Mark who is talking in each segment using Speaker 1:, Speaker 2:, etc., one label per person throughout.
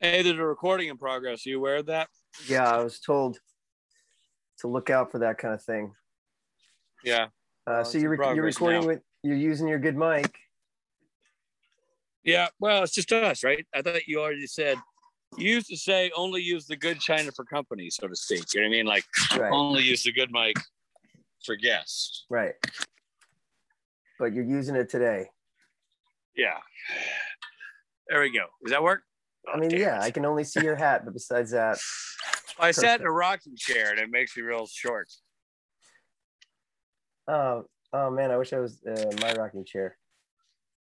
Speaker 1: Hey, there's a recording in progress. Are you aware of that?
Speaker 2: Yeah, I was told to look out for that kind of thing.
Speaker 1: Yeah.
Speaker 2: Uh,
Speaker 1: Oh, it's
Speaker 2: so
Speaker 1: in
Speaker 2: you're, rec- you're
Speaker 1: progress
Speaker 2: recording
Speaker 1: now.
Speaker 2: with you're using your good mic.
Speaker 1: Yeah. Well, it's just us, right? I thought you already said you used to say only use the good China for company, so to speak. You know what I mean? Like
Speaker 2: Right,
Speaker 1: only use the good mic for guests.
Speaker 2: right. But you're using it today.
Speaker 1: Yeah. There we go. Does that work?
Speaker 2: I mean,
Speaker 1: Oh, damn
Speaker 2: yeah,
Speaker 1: it.
Speaker 2: I can only see your hat, but besides that,
Speaker 1: I sat in a rocking chair and it makes me real short.
Speaker 2: oh, oh man, I wish I was uh, my rocking chair.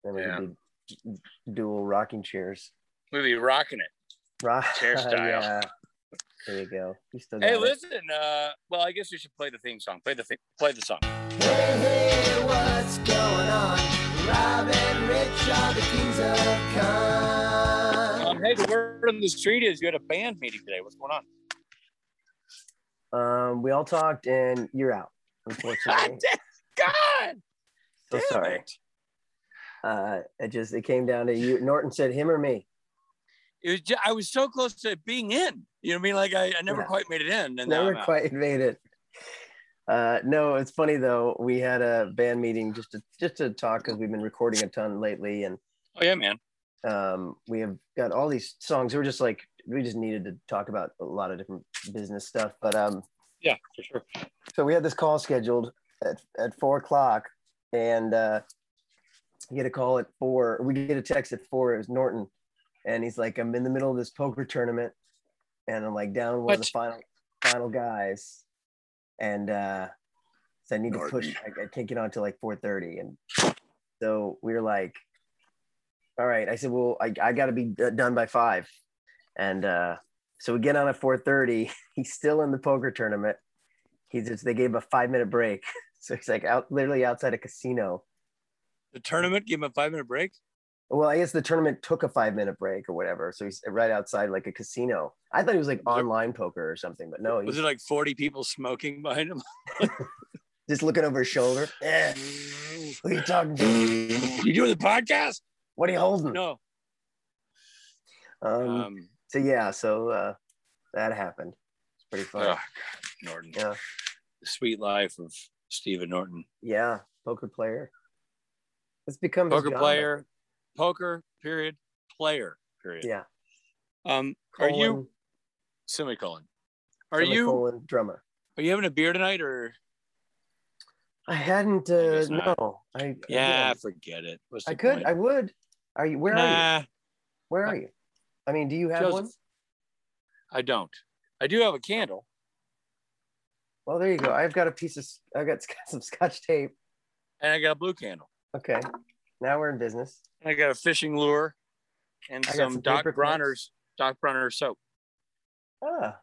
Speaker 2: Then we could be dual rocking chairs.
Speaker 1: We'd be rocking it.
Speaker 2: Rock,
Speaker 1: Chair style.
Speaker 2: yeah. There you go. You still got
Speaker 1: Hey,
Speaker 2: it.
Speaker 1: listen. Uh, well, I guess we should play the theme song. Play the thing. Play the song.
Speaker 3: Hey, hey, what's going on? Rob and Rich are the kings of con.
Speaker 1: Um, hey, the word on the street is you had a band meeting today. What's going on?
Speaker 2: Um, we all talked, and you're out. Unfortunately,
Speaker 1: God,
Speaker 2: so
Speaker 1: damn
Speaker 2: sorry.
Speaker 1: it.
Speaker 2: Uh, it just it came down to you. Norton said him or me.
Speaker 1: It was. Just, I was so close to being in. You know what I mean? Like I, I never
Speaker 2: Yeah.
Speaker 1: quite made it in, and now
Speaker 2: Never
Speaker 1: I'm out.
Speaker 2: quite made it. Uh, no, it's funny though. We had a band meeting just to just to talk because we've been recording a ton lately, and
Speaker 1: Oh yeah, man.
Speaker 2: um, we have got all these songs. We're just like we just needed to talk about a lot of different business stuff. But um,
Speaker 1: Yeah, for sure.
Speaker 2: so we had this call scheduled at, at four o'clock, and uh, you get a call at four. We get a text at four. It was Norton, and he's like, "I'm in the middle of this poker tournament, and I'm like down one of the
Speaker 1: What?
Speaker 2: final final guys, and uh, so I need to push. I, I can't get on till like four thirty, and so we were like, "All right," I said, "Well, I, I got to be d- done by five. and uh, so we get on at four thirty. He's still in the poker tournament he just they gave him a five minute break so he's like out literally outside a casino
Speaker 1: The tournament gave him a five minute break.
Speaker 2: well i guess the tournament took a five minute break or whatever so he's right outside like a casino i thought he was like online poker or something but no
Speaker 1: Was
Speaker 2: he's
Speaker 1: there like forty people smoking behind him?
Speaker 2: just looking over his shoulder eh, who are you talking to
Speaker 1: you doing the podcast?
Speaker 2: what are you holding
Speaker 1: No.
Speaker 2: Hmm. um,
Speaker 1: Um,
Speaker 2: so yeah so uh, that happened it's pretty
Speaker 1: oh,
Speaker 2: fun
Speaker 1: God, Norton.
Speaker 2: Yeah.
Speaker 1: The sweet life of Stephen Norton.
Speaker 2: yeah poker player it's become his
Speaker 1: poker
Speaker 2: genre.
Speaker 1: player, poker period, player period.
Speaker 2: yeah
Speaker 1: Um, are you
Speaker 2: Colon-
Speaker 1: semicolon? Are you
Speaker 2: semicolon drummer
Speaker 1: are you having a beer tonight or?
Speaker 2: i hadn't
Speaker 1: I
Speaker 2: uh,
Speaker 1: guess not.
Speaker 2: no i
Speaker 1: Yeah, forget it. What's the
Speaker 2: I could.
Speaker 1: point?
Speaker 2: I would. Are you? Where are you?
Speaker 1: nah,
Speaker 2: Where are you? I mean, do you have
Speaker 1: Joseph.
Speaker 2: one?
Speaker 1: I don't. I do have a candle.
Speaker 2: Well, there you go. I've got a piece of. I've got sc- some scotch tape.
Speaker 1: and I got a blue candle,
Speaker 2: Okay. Now we're in business.
Speaker 1: and I got a fishing lure, and
Speaker 2: I got
Speaker 1: some,
Speaker 2: some
Speaker 1: Doc
Speaker 2: paper clips.
Speaker 1: Bronner's Doc Bronner soap.
Speaker 2: Ah,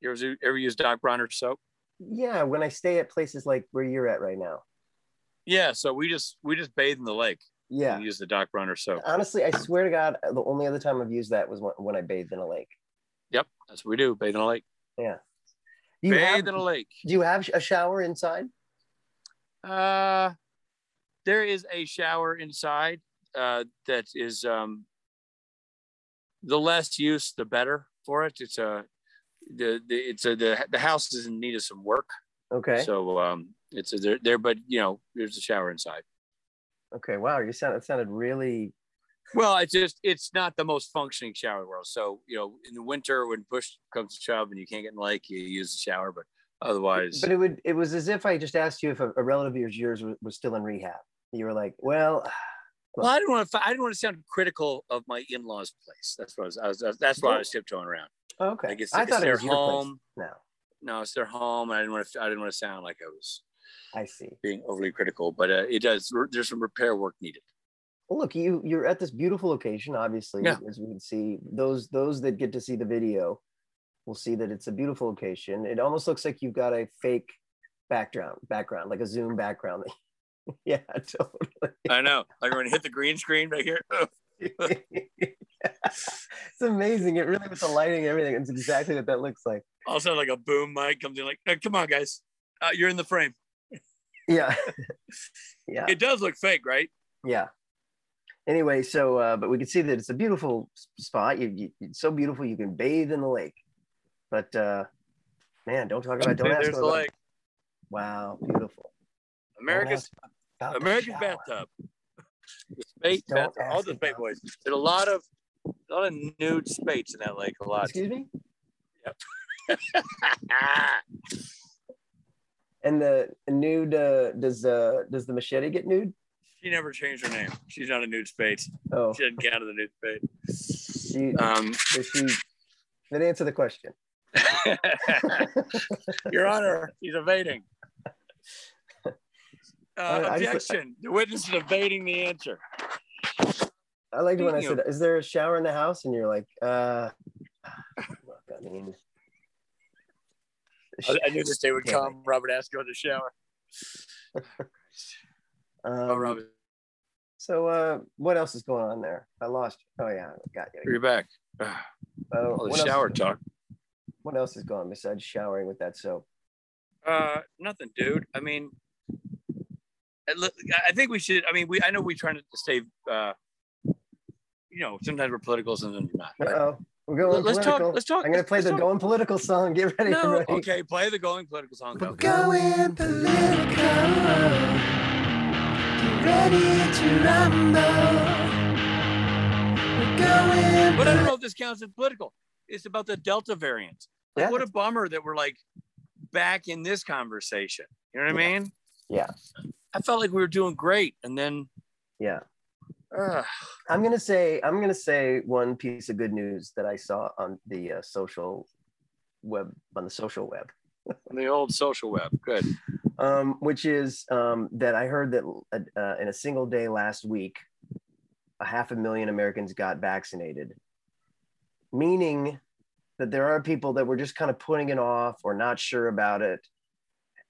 Speaker 1: You ever, ever use Doc Bronner soap?
Speaker 2: yeah. When I stay at places like where you're at right now.
Speaker 1: Yeah. So we just we just bathe in the lake
Speaker 2: Yeah.
Speaker 1: and use the Doc Bronner soap.
Speaker 2: Honestly, I swear to God, the only other time I've used that was when, when I bathed in a lake.
Speaker 1: Yep, that's what we do. Bathe in a lake.
Speaker 2: Do you,
Speaker 1: bathe
Speaker 2: have,
Speaker 1: in
Speaker 2: do
Speaker 1: a lake.
Speaker 2: you have a shower inside?
Speaker 1: Uh, there is a shower inside uh, that is um, the less use the better for it. It's a the, the it's a the, the house is in need of some work,
Speaker 2: Okay.
Speaker 1: so um, it's a, there there. But you know, there's a shower inside.
Speaker 2: okay. Wow. You sound. It sounded really.
Speaker 1: Well, it's just it's not the most functioning shower in the world. So you know, in the winter when push comes to shove and you can't get in the lake, you use the shower. But otherwise,
Speaker 2: But it would. It was as if I just asked you if a, a relative of yours was, was still in rehab. You were like, well,
Speaker 1: Well, I didn't want to. I didn't want to sound critical of my in-laws' place. That's what I was. I was that's why I was tiptoeing around.
Speaker 2: okay.
Speaker 1: Like it's,
Speaker 2: I
Speaker 1: it's
Speaker 2: thought it
Speaker 1: their
Speaker 2: was your place.
Speaker 1: home.
Speaker 2: No,
Speaker 1: No, it's their home, and I didn't want to. I didn't want to sound like I was
Speaker 2: I see.
Speaker 1: being overly critical, but uh, it does. There's some repair work needed.
Speaker 2: Well, look, you you're at this beautiful location, obviously,
Speaker 1: Yeah.
Speaker 2: as we can see. Those those that get to see the video will see that it's a beautiful location. It almost looks like you've got a fake background, background, like a zoom background. yeah, totally.
Speaker 1: I know. Like when I hit the green screen right here.
Speaker 2: it's amazing. It really with the lighting and everything, it's exactly what that looks like.
Speaker 1: Also, like a boom mic comes in. Like, "Uh, come on, guys, uh, you're in the frame.
Speaker 2: Yeah. yeah.
Speaker 1: It does look fake, right?
Speaker 2: Yeah. anyway, so uh, but we can see that it's a beautiful s- spot. You, you, it's so beautiful you can bathe in the lake. But uh, man, don't talk about don't ask
Speaker 1: There's the
Speaker 2: about-
Speaker 1: lake.
Speaker 2: Wow, beautiful. Don't
Speaker 1: America's
Speaker 2: ask about the
Speaker 1: American
Speaker 2: shower.
Speaker 1: bathtub. The spate
Speaker 2: Don't
Speaker 1: bathtub. All
Speaker 2: ask
Speaker 1: the
Speaker 2: about-
Speaker 1: spate boys. Did a lot of a lot of nude spates in that lake. A lot.
Speaker 2: Excuse me.
Speaker 1: Ah,
Speaker 2: And the nude uh, does uh, does the machete get nude?
Speaker 1: she never changed her name. She's not a nude spate.
Speaker 2: Oh,
Speaker 1: She didn't get out of the nude spate.
Speaker 2: she,
Speaker 1: Um,
Speaker 2: does she did answer the question.
Speaker 1: Your Honor, he's evading. Uh,
Speaker 2: I- I just-
Speaker 1: objection. the witness is evading the answer.
Speaker 2: I liked when I
Speaker 1: Speaking
Speaker 2: said, "Is there a shower in the house?" And you're like, "Uh, look, I mean."
Speaker 1: I, I knew this day would
Speaker 2: Damn it.
Speaker 1: come. Robert asked to go in the shower. Oh,
Speaker 2: Um,
Speaker 1: Robert,
Speaker 2: So, uh, what else is going on there? I lost. You. Oh yeah, I got you.
Speaker 1: you're back. Oh,
Speaker 2: Uh,
Speaker 1: the
Speaker 2: what else-
Speaker 1: shower talk.
Speaker 2: What else is going on besides showering with that soap?
Speaker 1: Uh, nothing, dude. I mean, I look- I think we should. I mean, we. I know we trying to stay. Uh, you know, sometimes we're politicals and then we're not. but-
Speaker 2: Oh, we're going
Speaker 1: let's
Speaker 2: political.
Speaker 1: talk. Let's talk.
Speaker 2: I'm gonna play
Speaker 1: let's
Speaker 2: the
Speaker 1: talk-
Speaker 2: going political song. Get ready.
Speaker 1: No,
Speaker 2: everybody.
Speaker 1: okay, play the going political song.
Speaker 3: We're
Speaker 1: Go.
Speaker 3: going political. Get ready to rumble. We're going
Speaker 1: But I don't know if this counts as political. It's about the Delta variant. Like,
Speaker 2: Yeah.
Speaker 1: What a bummer that we're like back in this conversation. You know what I mean?
Speaker 2: Yeah.
Speaker 1: I felt like we were doing great, and then
Speaker 2: Yeah.
Speaker 1: uh,
Speaker 2: I'm gonna say I'm gonna say one piece of good news that I saw on the uh, social web on the social web.
Speaker 1: on the old social web. Good.
Speaker 2: um, which is um, that I heard that uh, uh, in a single day last week, a half a million Americans got vaccinated, meaning that there are people that were just kind of putting it off or not sure about it,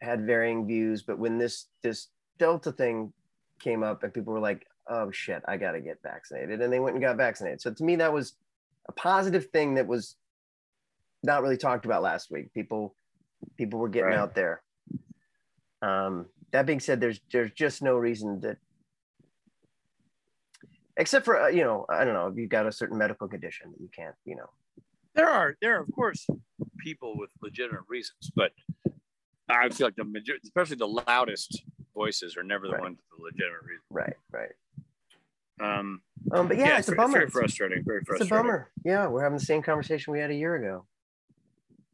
Speaker 2: had varying views. But when this this Delta thing came up, and people were like, "Oh shit, I got to get vaccinated," and they went and got vaccinated. So to me, that was a positive thing that was not really talked about last week. People people were getting
Speaker 1: Right.
Speaker 2: out there. Um, that being said, there's there's just no reason that, except for uh, you know, I don't know, if you've got a certain medical condition that you can't, you know,
Speaker 1: There are there are of course people with legitimate reasons, but I feel like the major- especially the loudest voices are never the
Speaker 2: Right.
Speaker 1: ones with the legitimate reason.
Speaker 2: right, right.
Speaker 1: Um,
Speaker 2: Um, but yeah, it's, a
Speaker 1: very-
Speaker 2: bummer.
Speaker 1: Very frustrating. Very
Speaker 2: It's a
Speaker 1: frustrating.
Speaker 2: bummer. Yeah, we're having the same conversation we had a year ago.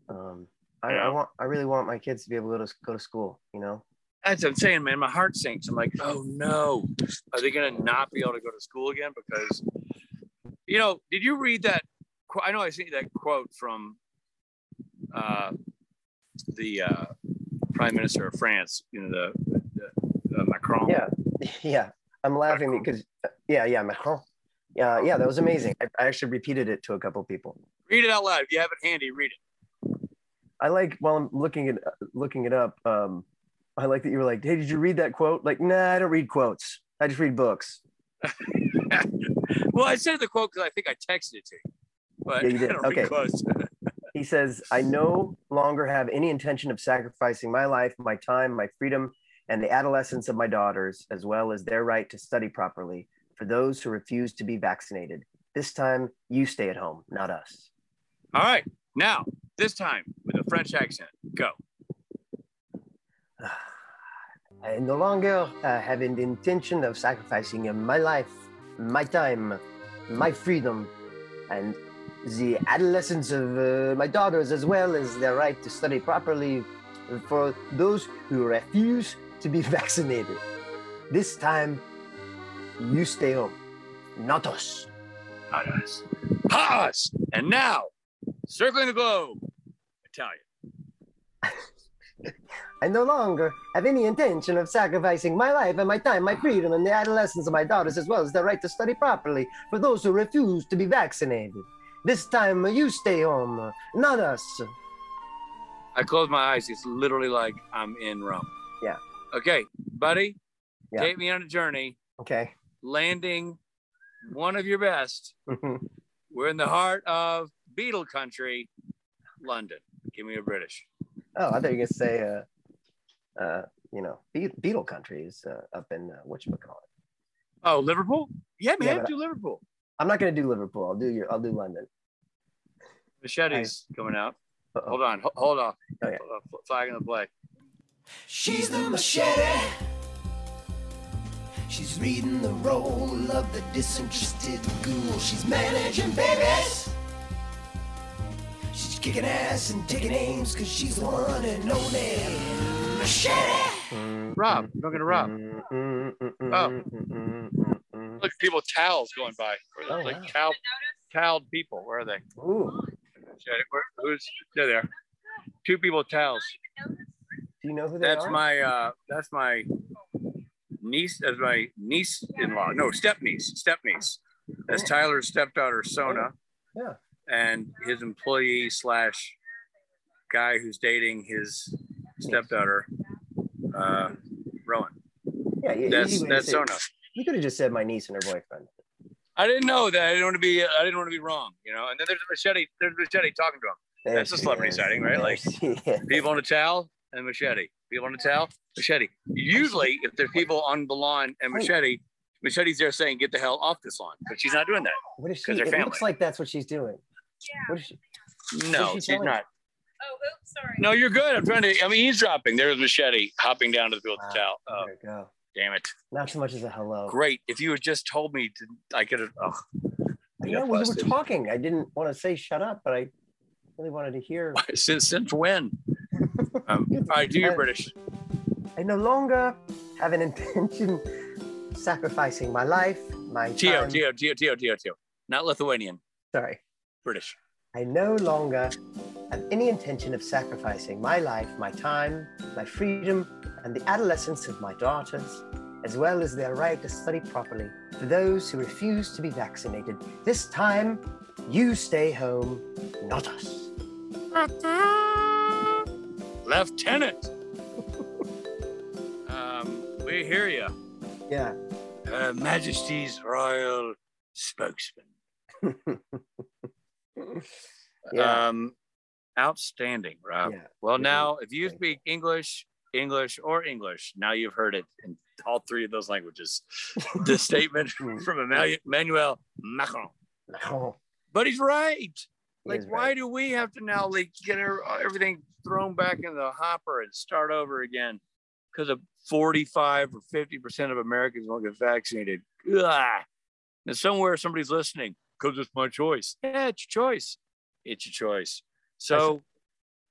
Speaker 2: Um, I,
Speaker 1: Yeah.
Speaker 2: I want, I really want my kids to be able to go to, go to school. You know,
Speaker 1: That's what I'm saying, man. My heart sinks. I'm like, oh no, are they gonna not be able to go to school again? Because, you know, did you read that? qu- I know I seen that quote from uh, the uh, Prime Minister of France. You know, the, the uh, Macron.
Speaker 2: Yeah. yeah, I'm laughing
Speaker 1: Macron.
Speaker 2: because, yeah, yeah, Macron. Yeah, yeah, that was amazing. I, I actually repeated it to a couple people.
Speaker 1: Read it out loud. If you have it handy, read it.
Speaker 2: I like while I'm looking at looking it up. Um, I like that you were like, "Hey, did you read that quote?" Like, nah, I don't read quotes. I just read books.
Speaker 1: Well, I said the quote because I think I texted it to you. But
Speaker 2: Yeah, you did.
Speaker 1: I don't read
Speaker 2: Okay.
Speaker 1: quotes.
Speaker 2: He says, "I no longer have any intention of sacrificing my life, my time, my freedom, and the adolescence of my daughters, as well as their right to study properly, for those who refuse to be vaccinated. This time, you stay at home, not us."
Speaker 1: All right. Now, this time with a French accent. Go.
Speaker 2: I no longer uh, have an intention of sacrificing uh, my life, my time, my freedom, and the adolescence of uh, my daughters, as well as their right to study properly for those who refuse to be vaccinated. This time, you stay home, not us.
Speaker 1: Pass. Pass. And now, circling the globe. Italian.
Speaker 2: I no longer have any intention of sacrificing my life and my time, my freedom, and the adolescence of my daughters, as well as their right to study properly for those who refuse to be vaccinated. This time you stay home, not us.
Speaker 1: I close my eyes. It's literally like I'm in Rome.
Speaker 2: Yeah.
Speaker 1: Okay, buddy,
Speaker 2: Yeah.
Speaker 1: take me on a journey,
Speaker 2: Okay.
Speaker 1: landing one of your best.
Speaker 2: Oh,
Speaker 1: We're in the heart of Beatle Country, London. Give me a British.
Speaker 2: Oh, I thought you were gonna say, uh, uh, you know, Be- Beetle Country is uh, up in uh, whatchamacallit.
Speaker 1: Oh, Liverpool? Yeah,
Speaker 2: Yeah,
Speaker 1: man,
Speaker 2: but-
Speaker 1: do Liverpool.
Speaker 2: I'm not gonna do Liverpool. I'll do your. I'll do London.
Speaker 1: Machete's coming out.
Speaker 2: Uh-oh.
Speaker 1: Hold on, ho- hold on.
Speaker 2: Oh, yeah.
Speaker 1: Hold on. Flag in the play.
Speaker 3: She's the machete. She's reading the role of the disinterested ghoul. She's managing babies. She's kicking ass and taking aims because she's the one and only machete.
Speaker 1: Rob,
Speaker 2: Mm-hmm.
Speaker 1: we're going to Rob.
Speaker 2: Oh.
Speaker 1: Look, people with towels going by.
Speaker 2: Oh,
Speaker 1: like
Speaker 2: wow.
Speaker 1: cow, cowed people. Where are they?
Speaker 2: Ooh.
Speaker 1: Machete, where- Who's there? They are. Two people with towels.
Speaker 4: Oh,
Speaker 2: Do you know who they
Speaker 1: That's
Speaker 2: are?
Speaker 1: my uh that's my niece that's my niece in law. No, step niece, step niece. That's Tyler's stepdaughter Sona.
Speaker 2: Oh. Yeah.
Speaker 1: And his employee slash guy who's dating his stepdaughter, uh Rowan.
Speaker 2: Yeah, yeah.
Speaker 1: That's that's
Speaker 2: so
Speaker 1: Sona.
Speaker 2: You could have just said my niece and her boyfriend.
Speaker 1: I didn't know that. I didn't want to be I didn't want to be wrong, you know. And then there's machete, there's machete talking to him.
Speaker 2: There
Speaker 1: That's a
Speaker 2: she
Speaker 1: celebrity
Speaker 2: is.
Speaker 1: sighting, right?
Speaker 2: There
Speaker 1: Like-
Speaker 2: she is.
Speaker 1: People on a towel and machete. People on a towel, machete. Usually, if there's people on the lawn and
Speaker 2: Oh.
Speaker 1: machete, machete's there saying, "Get the hell off this lawn," but she's not doing that.
Speaker 2: What is she?
Speaker 1: 'Cause
Speaker 2: It
Speaker 1: they're
Speaker 2: looks
Speaker 1: family.
Speaker 2: like that's what she's doing.
Speaker 4: Yeah.
Speaker 2: What is she?
Speaker 1: No,
Speaker 2: Who's
Speaker 1: she's
Speaker 2: she telling?
Speaker 1: not.
Speaker 4: Oh, oops, sorry.
Speaker 1: No, you're good. I'm trying to. I'm eavesdropping. There's machete hopping down to the field with the towel. Oh,
Speaker 2: There you go.
Speaker 1: damn it!
Speaker 2: Not so much as a hello.
Speaker 1: Great. If you had just told me, to, I could have. Oh, I
Speaker 2: Yeah,
Speaker 1: got
Speaker 2: we were
Speaker 1: busted.
Speaker 2: talking. I didn't want to say shut up, but I really wanted to hear.
Speaker 1: since since when? Um, all right, do your British.
Speaker 2: I no longer have an intention of sacrificing my life, my
Speaker 1: Tio,
Speaker 2: time.
Speaker 1: Tio, Tio, Tio, Tio, Tio. Not Lithuanian.
Speaker 2: Sorry.
Speaker 1: British.
Speaker 2: I no longer have any intention of sacrificing my life, my time, my freedom, and the adolescence of my daughters, as well as their right to study properly for those who refuse to be vaccinated. This time, you stay home, not us.
Speaker 1: Lieutenant. um, we hear you.
Speaker 2: Yeah.
Speaker 1: Her Majesty's Royal Spokesman.
Speaker 2: Yeah.
Speaker 1: Um, outstanding, Rob.
Speaker 2: yeah.
Speaker 1: Well,
Speaker 2: Mhm.
Speaker 1: now if you
Speaker 2: Thank you.
Speaker 1: speak English, English, or English, now you've heard it in all three of those languages. the statement
Speaker 2: Mm.
Speaker 1: from Emmanuel- Emmanuel Macron.
Speaker 2: Macron.
Speaker 1: But he's right.
Speaker 2: Oh, He
Speaker 1: Like,
Speaker 2: is
Speaker 1: why do we have to now like get our, uh, everything thrown back in the hopper and start over again? Because of 45 or 50 percent of Americans won't get vaccinated. Ugh. And somewhere somebody's listening. Because it's my choice. Yeah, it's your choice. It's your choice. So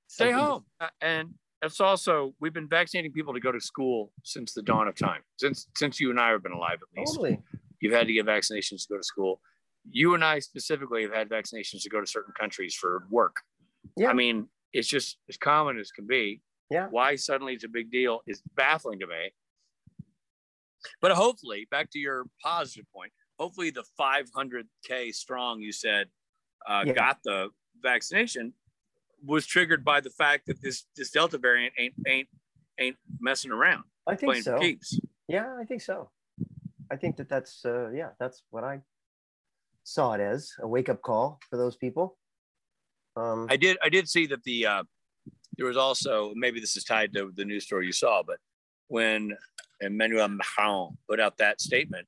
Speaker 1: stay
Speaker 2: Something-
Speaker 1: home. Uh, And it's also we've been vaccinating people to go to school since the dawn of time. Since since you and I have been alive, at least
Speaker 2: Totally.
Speaker 1: you've had to get vaccinations to go to school. You and I specifically have had vaccinations to go to certain countries for work.
Speaker 2: Yeah.
Speaker 1: I mean, it's just as common as can be.
Speaker 2: Yeah.
Speaker 1: Why suddenly it's a big deal is baffling to me. But hopefully, back to your positive point, hopefully the 500K strong you said uh,
Speaker 2: Yeah.
Speaker 1: got the vaccination was triggered by the fact that this this Delta variant ain't ain't ain't messing around
Speaker 2: I think
Speaker 1: playing
Speaker 2: so.
Speaker 1: for keeps.
Speaker 2: Yeah, I think so. I think that that's uh, yeah, that's what I saw it as a wake up call for those people. Um,
Speaker 1: I did. I did see that the uh, there was also maybe this is tied to the news story you saw, but when Emmanuel Macron put out that statement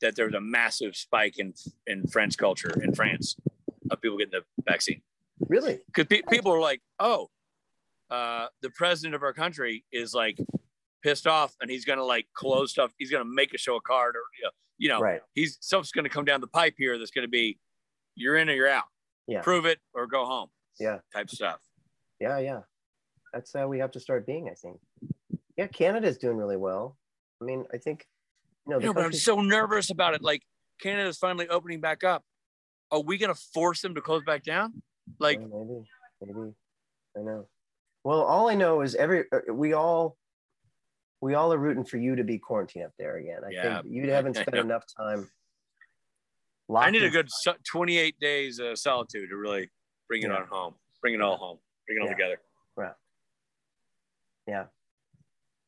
Speaker 1: that there was a massive spike in in French culture in France of people getting the vaccine
Speaker 2: really,
Speaker 1: because pe- people are like, oh, uh, the president of our country is like pissed off and he's gonna like close stuff. He's gonna make a show of card or you know, you know
Speaker 2: right?
Speaker 1: he's stuff's going to come down the pipe here that's going to be you're in or you're out
Speaker 2: Yeah.
Speaker 1: prove it or go home
Speaker 2: Yeah.
Speaker 1: type stuff
Speaker 2: Yeah, yeah. That's how we have to start being. I think. Yeah, Canada's doing really well. I mean, I think. You know, the
Speaker 1: you know, but i'm
Speaker 2: countries-
Speaker 1: so nervous about it like canada's finally opening back up are we going to force them to close back down like
Speaker 2: Yeah, maybe, maybe. I know. Well, all I know is every uh, we all we all are rooting for you to be quarantined up there again. I
Speaker 1: Yeah,
Speaker 2: think you haven't
Speaker 1: I
Speaker 2: spent
Speaker 1: know.
Speaker 2: enough time.
Speaker 1: i need a
Speaker 2: locked
Speaker 1: good so- 28 days of solitude to really bring it
Speaker 2: Yeah.
Speaker 1: on home bring it all home bring it all
Speaker 2: Yeah.
Speaker 1: together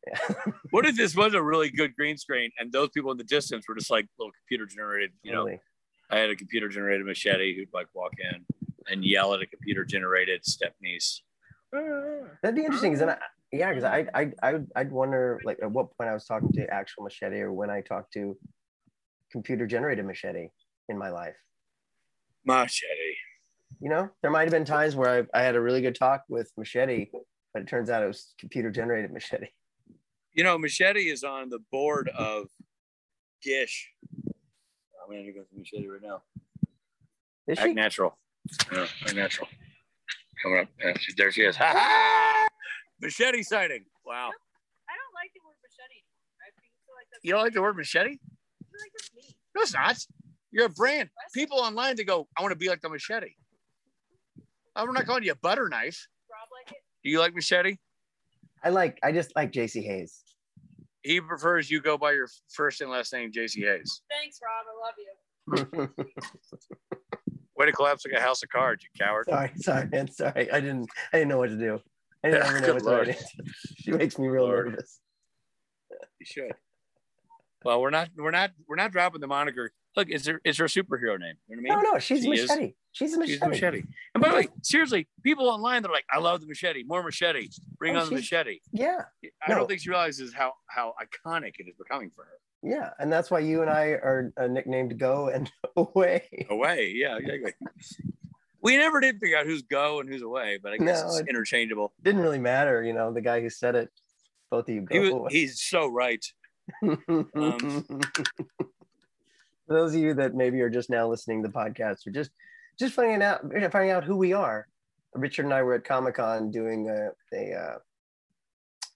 Speaker 2: in-
Speaker 1: what if this was a really good green screen and those people in the distance were just like little computer generated you know
Speaker 2: Totally.
Speaker 1: I had a computer generated machete who'd like walk in and yell at a computer generated step niece.
Speaker 2: That'd be interesting. Cause then I, yeah, because I, I, I, would- I'd wonder like at what point I was talking to actual machete or when I talked to computer generated machete in my life.
Speaker 1: Machete.
Speaker 2: You know, there might have been times where I, I had a really good talk with machete, but it turns out it was computer generated machete.
Speaker 1: You know, Machete is on the board of Gish. I'm going to go to Machete right now.
Speaker 2: Is
Speaker 1: Act
Speaker 2: she?
Speaker 1: natural. Yeah, act natural. Coming up. Yeah, she- There she is. Ha ha! Machete sighting. Wow.
Speaker 4: I don't like the word machete. anymore. I think- feel like that's
Speaker 1: You don't like the word machete?
Speaker 4: I feel like that's mean.
Speaker 1: No, it's not. You're a brand. People online, they go, I want to be like the machete. I'm not calling you a butter knife.
Speaker 4: Rob like it.
Speaker 1: Do you like machete?
Speaker 2: I like. I just like JC Hayes.
Speaker 1: He prefers you go by your first and last name, JC Hayes.
Speaker 4: Thanks, Rob. I love you.
Speaker 1: Way to collapse like a house of cards, you coward.
Speaker 2: sorry, sorry, man. Sorry, I didn't. I didn't know what to do. I
Speaker 1: Yeah,
Speaker 2: didn't ever know
Speaker 1: good
Speaker 2: what the
Speaker 1: Lord.
Speaker 2: right answer. She makes me real
Speaker 1: Lord.
Speaker 2: nervous.
Speaker 1: You should. Well, we're not, we're not, we're not dropping the moniker. Look, it's her, it's her superhero name. You know what I
Speaker 2: No,
Speaker 1: mean?
Speaker 2: no, she's
Speaker 1: She is-
Speaker 2: machete. She's a machete.
Speaker 1: She's the machete. And by the way, seriously, people online they're like, "I love the machete. More machete. Bring
Speaker 2: Oh,
Speaker 1: on the
Speaker 2: she's-
Speaker 1: machete."
Speaker 2: Yeah,
Speaker 1: I
Speaker 2: no.
Speaker 1: don't think she realizes how how iconic it is becoming for her.
Speaker 2: yeah, and that's why you and I are uh, nicknamed "Go" and "Away."
Speaker 1: Away, yeah, exactly. we never did figure out who's go and who's away, but I guess
Speaker 2: No,
Speaker 1: it's
Speaker 2: it-
Speaker 1: interchangeable.
Speaker 2: Didn't really matter, you know. The guy who said it, both of you
Speaker 1: He
Speaker 2: go
Speaker 1: was,
Speaker 2: away.
Speaker 1: he's so right. um,
Speaker 2: For those of you that maybe are just now listening to the podcast or just just finding out finding out who we are richard and i were at comic-con doing a, a uh,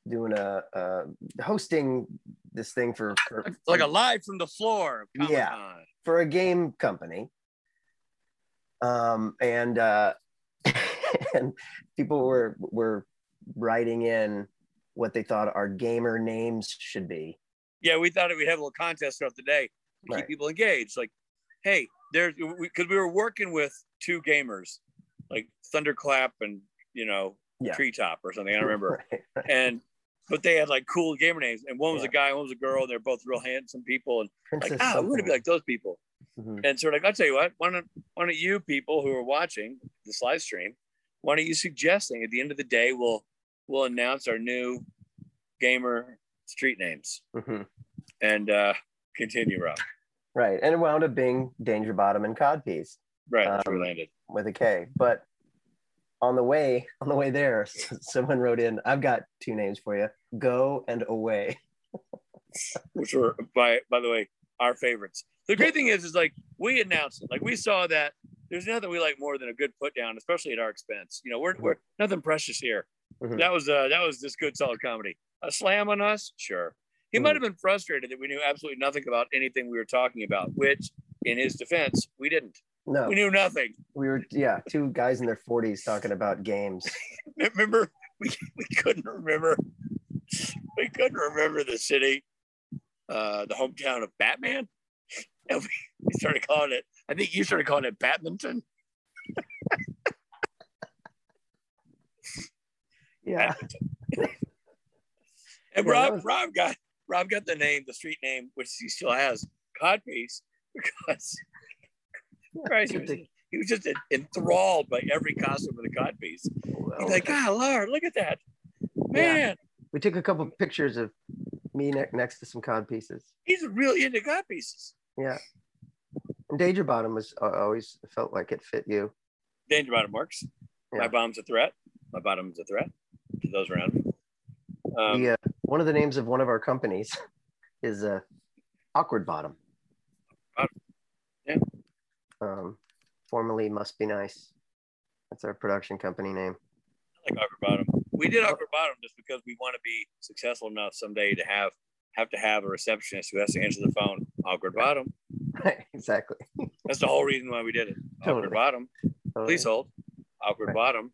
Speaker 2: doing a uh, hosting this thing for, for
Speaker 1: Like a live from the floor. Of Comic-Con.
Speaker 2: Yeah. for a game company. Um, and uh, and people were were writing in what they thought our gamer names should be.
Speaker 1: yeah, we thought that we'd have a little contest throughout the day to
Speaker 2: Right.
Speaker 1: keep people engaged. Like, hey, there's because we, 'cause we were working with two gamers, like Thunderclap and you know
Speaker 2: Yeah.
Speaker 1: Treetop or something. I don't remember.
Speaker 2: Right.
Speaker 1: and but they had like cool gamer names, and one was
Speaker 2: Yeah.
Speaker 1: a guy, one was a girl. And they're both real handsome people, and like,
Speaker 2: Princess.
Speaker 1: ah, we want to
Speaker 2: something.
Speaker 1: be like those people.
Speaker 2: Mhm.
Speaker 1: And so we're like, I'll tell you what, why don't why don't you people who are watching this live stream, why don't you suggesting at the end of the day we'll we'll announce our new gamer street names
Speaker 2: Mhm.
Speaker 1: and uh continue Rob.
Speaker 2: Right. And it wound up being Danger Bottom and Codpiece
Speaker 1: Right, that's where we
Speaker 2: Um,
Speaker 1: landed.
Speaker 2: with a K. But on the way, on the way there, someone wrote in, I've got two names for you. Go and away.
Speaker 1: Which were by by the way, our favorites. The great thing is is like we announced it. Like we saw that there's nothing we like more than a good put down, especially at our expense. You know, we're, we're
Speaker 2: Mm-hmm.
Speaker 1: nothing precious here.
Speaker 2: Mhm.
Speaker 1: That was uh that was just good solid comedy. A slam on us? Sure. He
Speaker 2: Mm-hmm.
Speaker 1: might have been frustrated that we knew absolutely nothing about anything we were talking about, which in his defense, we didn't.
Speaker 2: No,
Speaker 1: We knew nothing.
Speaker 2: we were, yeah, two guys in their 40s talking about games.
Speaker 1: Remember, we, we couldn't remember we couldn't remember the city, uh, the hometown of Batman. And we, we started calling it, I think you started calling it Batmanton.
Speaker 2: Yeah.
Speaker 1: And
Speaker 2: Yeah, that
Speaker 1: Rob
Speaker 2: was-
Speaker 1: Rob got Rob got the name, the street name, which he still has, Codpiece, because Christ, he was, he was just enthralled by every costume of the codpiece.
Speaker 2: Oh,
Speaker 1: He's like, "Ah." God, Lord, look at that. Man,
Speaker 2: we took a couple pictures of me ne- next to some cod pieces.
Speaker 1: he's really into codpieces.
Speaker 2: And Danger Bottom was uh, always felt like it fit you.
Speaker 1: Danger bottom works.
Speaker 2: Yeah.
Speaker 1: My bomb's a threat. My bottom's a threat to those around me. Um,
Speaker 2: the, uh, one of the names of one of our companies is uh, Awkward Bottom.
Speaker 1: Bottom. Yeah.
Speaker 2: Um, formerly Must Be Nice. That's our production company name.
Speaker 1: I like awkward bottom. We did awkward bottom just because we want to be successful enough someday to have have to have a receptionist who has to answer the phone. Awkward bottom.
Speaker 2: exactly.
Speaker 1: That's the whole reason why we did it.
Speaker 2: Totally.
Speaker 1: Awkward bottom.
Speaker 2: Totally.
Speaker 1: Please oh, hold. Awkward
Speaker 2: Right.
Speaker 1: bottom.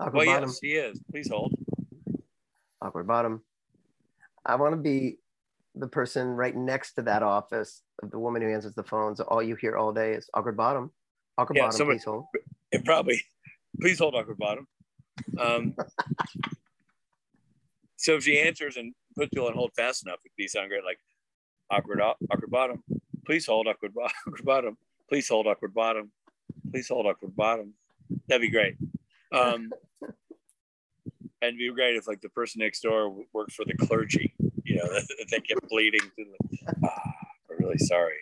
Speaker 2: Awkward
Speaker 1: Well,
Speaker 2: Bottom.
Speaker 1: yes, he is. Please hold.
Speaker 2: Awkward Bottom. I want to be the person right next to that office of the woman who answers the phones. All you hear all day is Awkward Bottom. Awkward
Speaker 1: Yeah,
Speaker 2: Bottom,
Speaker 1: somebody-
Speaker 2: please hold.
Speaker 1: It probably. Please hold awkward bottom. Um, so if she answers and puts people on hold fast enough, it'd be sound great. Like awkward, au- awkward bottom. Please hold awkward, bo- awkward bottom. Please hold awkward bottom. Please hold awkward bottom. That'd be great. Um, and it'd be great if like the person next door w- worked for the clergy. You know, that, that they kept bleeding. To the, ah, awkward really sorry.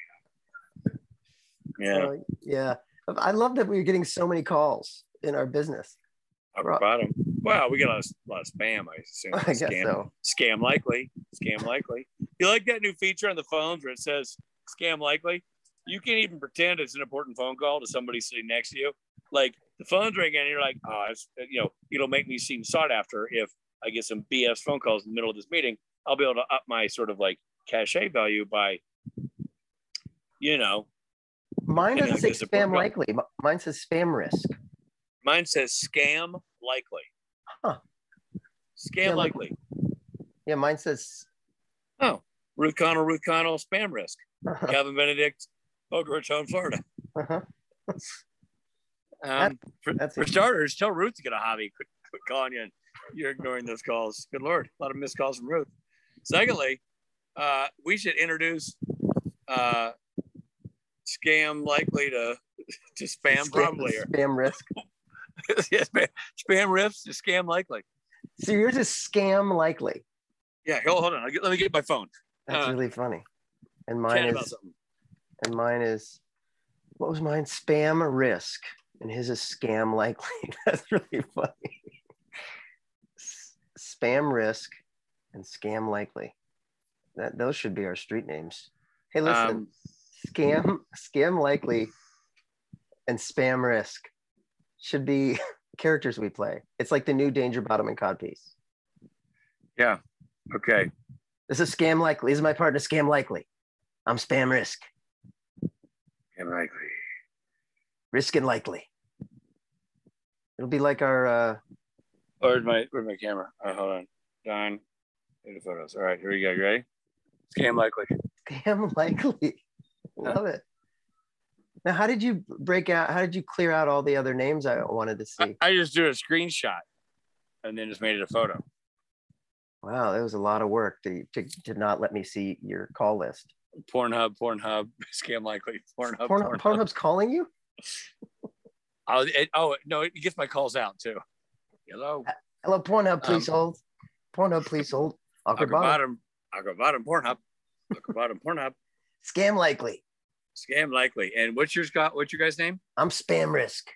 Speaker 1: Yeah,
Speaker 2: Like, Uh, yeah. I love that we are getting so many calls in our business.
Speaker 1: I brought him. Wow, we got a lot of, lot of spam. I assume.
Speaker 2: I guess
Speaker 1: scam,
Speaker 2: so.
Speaker 1: scam likely. Scam likely. You like that new feature on the phones where it says scam likely? You can't even pretend it's an important phone call to somebody sitting next to you. Like the phone's ringing, and you're like, oh, it's, you know, it'll make me seem sought after if I get some BS phone calls in the middle of this meeting. I'll be able to up my sort of like cachet value by, you know,
Speaker 2: Mine
Speaker 1: Yeah,
Speaker 2: doesn't
Speaker 1: I
Speaker 2: say
Speaker 1: guess it broke
Speaker 2: spam
Speaker 1: up.
Speaker 2: likely. M- Mine says spam risk.
Speaker 1: mine says scam likely.
Speaker 2: Huh.
Speaker 1: Scam
Speaker 2: Yeah, like-
Speaker 1: likely.
Speaker 2: Yeah, mine says. Oh.
Speaker 1: Ruth Connell, Ruth Connell, spam risk.
Speaker 2: Uh-huh.
Speaker 1: Calvin Benedict, Boca Raton, Florida. Um, for,
Speaker 2: That's
Speaker 1: for
Speaker 2: it.
Speaker 1: starters, tell Ruth to get a hobby. Quit, quit calling you. And you're ignoring those calls. Good Lord. A lot of missed calls from Ruth. Secondly, uh, we should introduce uh, scam likely to, to spam, probably. Or,
Speaker 2: Spam risk.
Speaker 1: yes, spam, spam riffs to scam likely.
Speaker 2: So yours is scam likely.
Speaker 1: Yeah, hold hold on. I'll get, let me get my phone.
Speaker 2: That's
Speaker 1: Uh,
Speaker 2: really funny. And
Speaker 1: Chat
Speaker 2: mine
Speaker 1: about
Speaker 2: is.
Speaker 1: something.
Speaker 2: And mine is. What was mine? Spam risk. And his is scam likely. That's really funny. S- spam risk, and scam likely. That those should be our street names. Hey, listen.
Speaker 1: Um,
Speaker 2: scam scam likely and spam risk should be characters we play it's like the new danger bottom and codpiece
Speaker 1: okay.
Speaker 2: this is scam likely this is my partner scam likely i'm spam risk
Speaker 1: Scam likely.
Speaker 2: risk and likely it'll be like our uh
Speaker 1: Oh, where's my where's my camera? All right, hold on. Don, the photos. All right, here we go. You ready? Scam likely.
Speaker 2: scam likely love it now how did you break out how did you clear out all the other names i wanted to
Speaker 1: I,
Speaker 2: see
Speaker 1: I just do a screenshot and then just made it a photo.
Speaker 2: wow that was a lot of work to, to, to not let me see your call list
Speaker 1: Pornhub, Pornhub, scam likely, Pornhub,
Speaker 2: Porn,
Speaker 1: Pornhub.
Speaker 2: pornhub's calling you
Speaker 1: Oh, it, oh no, it gets my calls out too. Hello,
Speaker 2: Hello, Pornhub, please hold. Pornhub, please hold. Awkward
Speaker 1: Aqua
Speaker 2: bottom.
Speaker 1: Bottom, Aqua Bottom, Pornhub, Aqua Bottom, Pornhub,
Speaker 2: Scam likely.
Speaker 1: scam likely. And what's your Scott? What's your guy's name?
Speaker 2: I'm spam risk.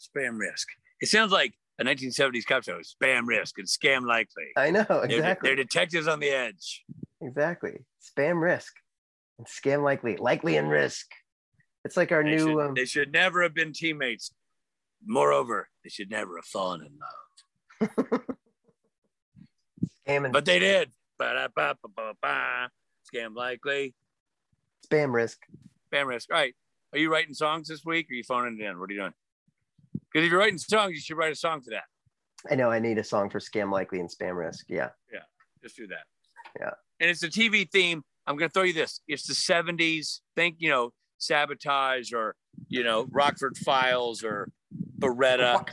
Speaker 1: Spam risk. It sounds like a 1970s cop show. Spam risk and scam likely.
Speaker 2: I know
Speaker 1: They're de-
Speaker 2: exactly,
Speaker 1: they're detectives on the edge.
Speaker 2: exactly. Spam risk and scam likely, likely and risk. It's like our
Speaker 1: They,
Speaker 2: new.
Speaker 1: should,
Speaker 2: um,
Speaker 1: they should never have been teammates. Moreover, they should never have fallen in love.
Speaker 2: scam and
Speaker 1: But they did. Ba-da-ba-ba-ba-ba. Scam likely.
Speaker 2: spam risk.
Speaker 1: Spam risk. All right. Are you writing songs this week? Or are you phoning it in? What are you doing? Because if you're writing songs, you should write a song for that.
Speaker 2: I know. I need a song for scam likely and spam risk. Yeah.
Speaker 1: Just do that.
Speaker 2: Yeah.
Speaker 1: And it's a TV theme. I'm going to throw you this. It's the 70s. Think, you know, Sabotage or, you know, Rockford Files or Beretta.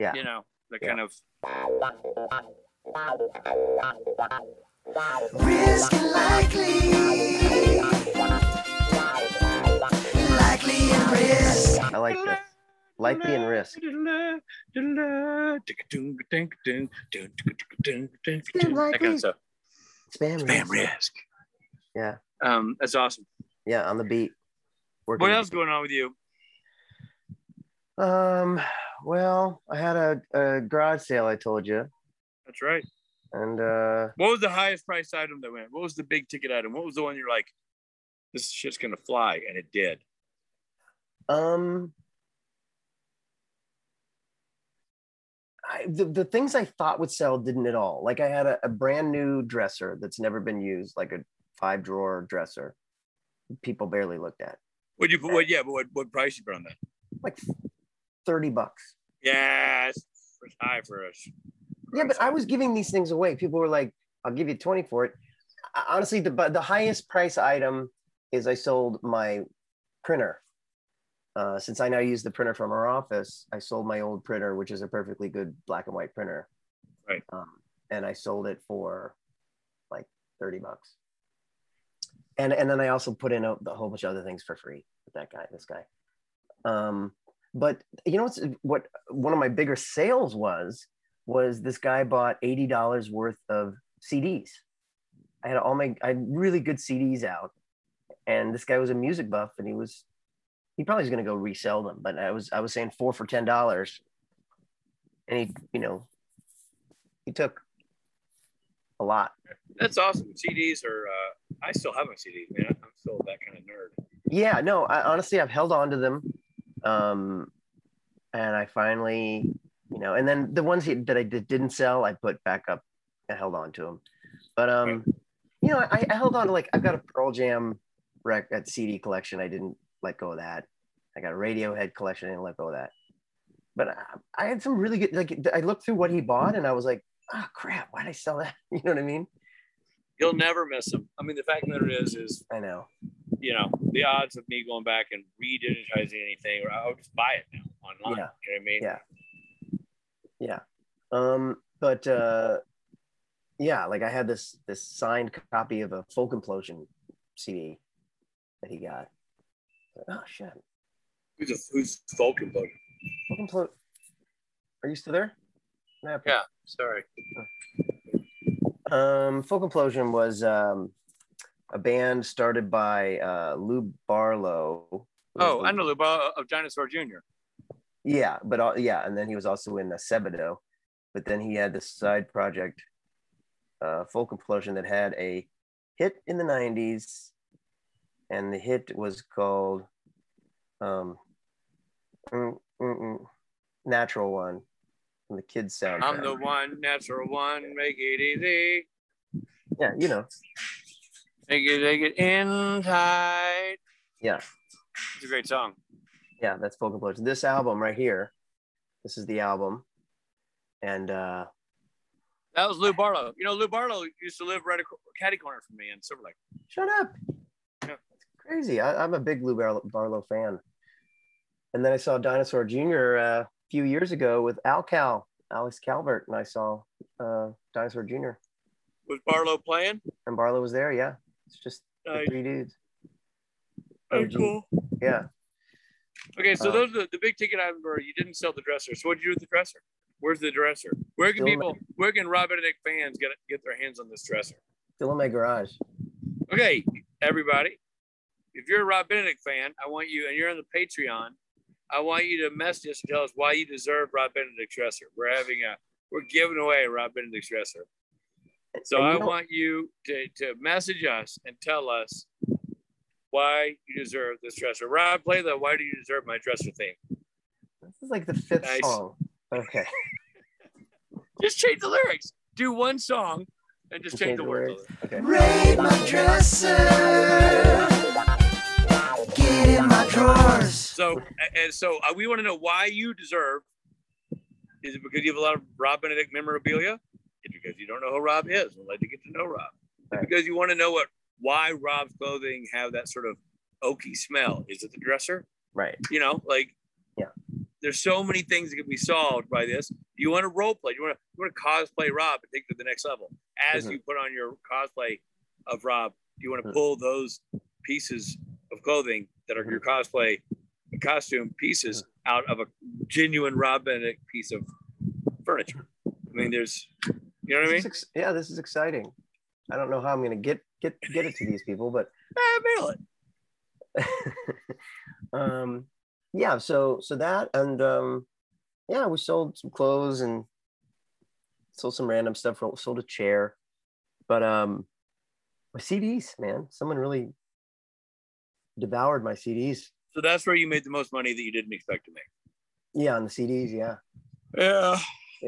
Speaker 2: Yeah.
Speaker 1: You know, the
Speaker 2: Yeah.
Speaker 1: kind of
Speaker 3: Risk and likely. Likely and risk.
Speaker 2: I like this. Likely and risk.
Speaker 1: That kind of stuff.
Speaker 2: Spam,
Speaker 1: Spam
Speaker 2: risk.
Speaker 1: risk.
Speaker 2: Yeah.
Speaker 1: Um, that's awesome.
Speaker 2: Yeah, on the beat. Working
Speaker 1: What
Speaker 2: the
Speaker 1: else going on with you?
Speaker 2: beat. Um. Well, I had a, a garage sale. I told you,
Speaker 1: That's right.
Speaker 2: and uh,
Speaker 1: What was the highest priced item that went? What was the big ticket item? What was the one you're like, this shit's gonna fly, and it did.
Speaker 2: Um, I, the, the things I thought would sell didn't at all. Like I had a, a brand new dresser that's never been used, like a five drawer dresser. People barely looked at.
Speaker 1: What you put? What? Yeah, but what, what price you put on that?
Speaker 2: Like thirty bucks.
Speaker 1: Yeah, it's it's high for us.
Speaker 2: Yeah, but I was giving these things away. People were like, "I'll give you twenty for it." I- Honestly, the bu- the highest price item is I sold my printer. Uh, since I now use the printer from our office, I sold my old printer, which is a perfectly good black and white printer.
Speaker 1: Right.
Speaker 2: Um, and I sold it for like thirty bucks. And and then I also put in a, a whole bunch of other things for free with that guy, this guy. Um, but you know what's what one of my bigger sales was was this guy bought eighty dollars worth of CDs. I had all my I had really good CDs out, and this guy was a music buff, and he was he probably was gonna go resell them, but I was I was saying four for ten dollars, and he you know he took a lot.
Speaker 5: That's awesome. CDs are. Uh, I still have my CDs, man. I'm still that kind of nerd.
Speaker 2: Yeah, no, I honestly I've held on to them. Um and I finally, you know, and then the ones he- that I did, didn't sell, I put back up I held on to them. But um you know, I, I held on to like I've got a Pearl Jam rec at CD collection. I didn't let go of that. I got a Radiohead collection, I didn't let go of that. But uh, I, I had some really good like I looked through what he bought and I was like, oh crap, why'd I sell that? You know what I mean?
Speaker 5: You'll never miss them. I mean, the fact of the matter is, is
Speaker 2: I know.
Speaker 5: you know, the odds of me going back and re-digitizing anything, or I'll just buy it now online.
Speaker 2: Yeah.
Speaker 5: You know what I mean?
Speaker 2: Yeah. um but uh yeah like i had this this signed copy of a folk implosion cd that he got oh shit
Speaker 5: Who's a, who's Vulcan voting?
Speaker 2: folk implosion are you still there What happened?
Speaker 5: Yeah. Sorry.
Speaker 2: um folk implosion was um a band started by uh lou barlow who was
Speaker 1: Oh,
Speaker 2: the-
Speaker 1: I know the ball of Dinosaur Jr.
Speaker 2: Yeah, but all, yeah, and then he was also in uh, Sebadoh, but then he had this side project, uh, Folk Implosion, that had a hit in the '90s, and the hit was called um, mm, mm, mm, "Natural One" from the Kids soundtrack.
Speaker 1: I'm the one, natural one, make it easy.
Speaker 2: yeah, you know,
Speaker 1: Make it, make it in tight.
Speaker 2: Yeah.
Speaker 1: It's a great song.
Speaker 2: yeah, that's Folk Implosion. This album right here, this is the album, and uh,
Speaker 1: That was Lou Barlow. You know, Lou Barlow used to live right across catty corner from me in Silver Lake.
Speaker 2: Shut up.
Speaker 1: Yeah.
Speaker 2: That's crazy. I, I'm a big Lou Barlow, Barlow fan. And then I saw Dinosaur Jr. uh, a few years ago with Al Cal, Alex Calvert, and I saw uh, Dinosaur Jr.
Speaker 1: Was Barlow playing?
Speaker 2: And Barlow was there. Yeah. It's just the
Speaker 1: Nice.
Speaker 2: three dudes.
Speaker 1: Oh,
Speaker 2: OG.
Speaker 1: cool.
Speaker 2: Yeah.
Speaker 1: Okay, so
Speaker 2: Uh,
Speaker 1: those are the, the big ticket items were you didn't sell the dresser. So what'd you do with the dresser? Where's the dresser? Where can
Speaker 2: Still
Speaker 1: people, where can Rob Benedict fans get get their hands on this dresser?
Speaker 2: Still in my garage.
Speaker 1: Okay, everybody, if you're a Rob Benedict fan, I want you, and you're on the Patreon, I want you to message us and tell us why you deserve Rob Benedict's dresser. We're having a, we're giving away a Rob Benedict's dresser. So
Speaker 2: And you
Speaker 1: I
Speaker 2: know-
Speaker 1: want you to, to message us and tell us why you deserve this dresser. Rob, play the "Why do you deserve my dresser" theme.
Speaker 2: This is like the fifth
Speaker 1: Nice.
Speaker 2: song. Okay.
Speaker 1: Just change the lyrics. Do one song and just change the words.
Speaker 2: Okay.
Speaker 3: Raid my dresser. Get in my drawers.
Speaker 1: So a- and so uh, we want to know why you deserve. Is it because you have a lot of Rob Benedict memorabilia? Is it because you don't know who Rob is? We'd like to get to know Rob. Is it
Speaker 2: Right.
Speaker 1: because you want to know what why Rob's clothing have that sort of oaky smell? Is it the dresser?
Speaker 2: Right.
Speaker 1: You know, like
Speaker 2: Yeah.
Speaker 1: There's so many things that can be solved by this. You want to role play. You want to you want to cosplay Rob and take it to the next level. As
Speaker 2: Mhm.
Speaker 1: you put on your cosplay of Rob, you want to
Speaker 2: Mhm.
Speaker 1: pull those pieces of clothing that are your
Speaker 2: Mm-hmm.
Speaker 1: cosplay costume
Speaker 2: Mm.
Speaker 1: pieces out of a genuine Rob Benedict piece of furniture. I
Speaker 2: Mm.
Speaker 1: mean, there's, you know what I
Speaker 2: This
Speaker 1: mean?
Speaker 2: is ex- yeah, this is exciting. I don't know how I'm gonna get get get it to these people, but
Speaker 1: Ah, mail it.
Speaker 2: um yeah so so that and um yeah we sold some clothes and sold some random stuff sold a chair but um my cds man someone really devoured my cds
Speaker 1: So that's where you made the most money that you didn't expect to make.
Speaker 2: yeah on the cds yeah
Speaker 1: Yeah,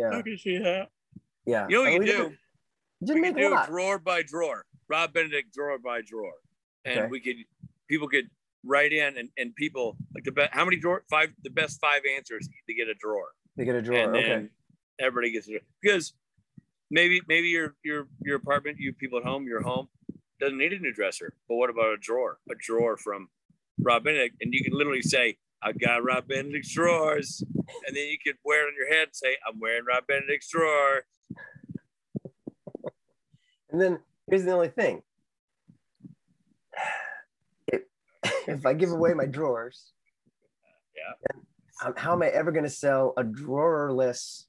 Speaker 2: yeah
Speaker 1: can see that.
Speaker 2: yeah
Speaker 1: You know what
Speaker 2: And
Speaker 1: you
Speaker 2: we
Speaker 1: do?
Speaker 2: didn't- didn't
Speaker 1: We could
Speaker 2: make a
Speaker 1: do
Speaker 2: lot
Speaker 1: drawer by drawer, Rob Benedict drawer by drawer, and
Speaker 2: Okay.
Speaker 1: we could, people could write in and, and people like the best. How many drawer five? The best five answers to get a drawer.
Speaker 2: they get a drawer
Speaker 1: and then
Speaker 2: okay
Speaker 1: everybody gets it because maybe maybe your your your apartment, you people at home, your home doesn't need a new dresser. But what about a drawer? A drawer from Rob Benedict, and you can literally say, "I got Rob Benedict's drawers," and then you could wear it on your head and say, "I'm wearing Rob Benedict's drawer."
Speaker 2: and then here's the only thing if, if i give away my drawers
Speaker 1: Yeah.
Speaker 2: then how- how am i ever going to sell a drawerless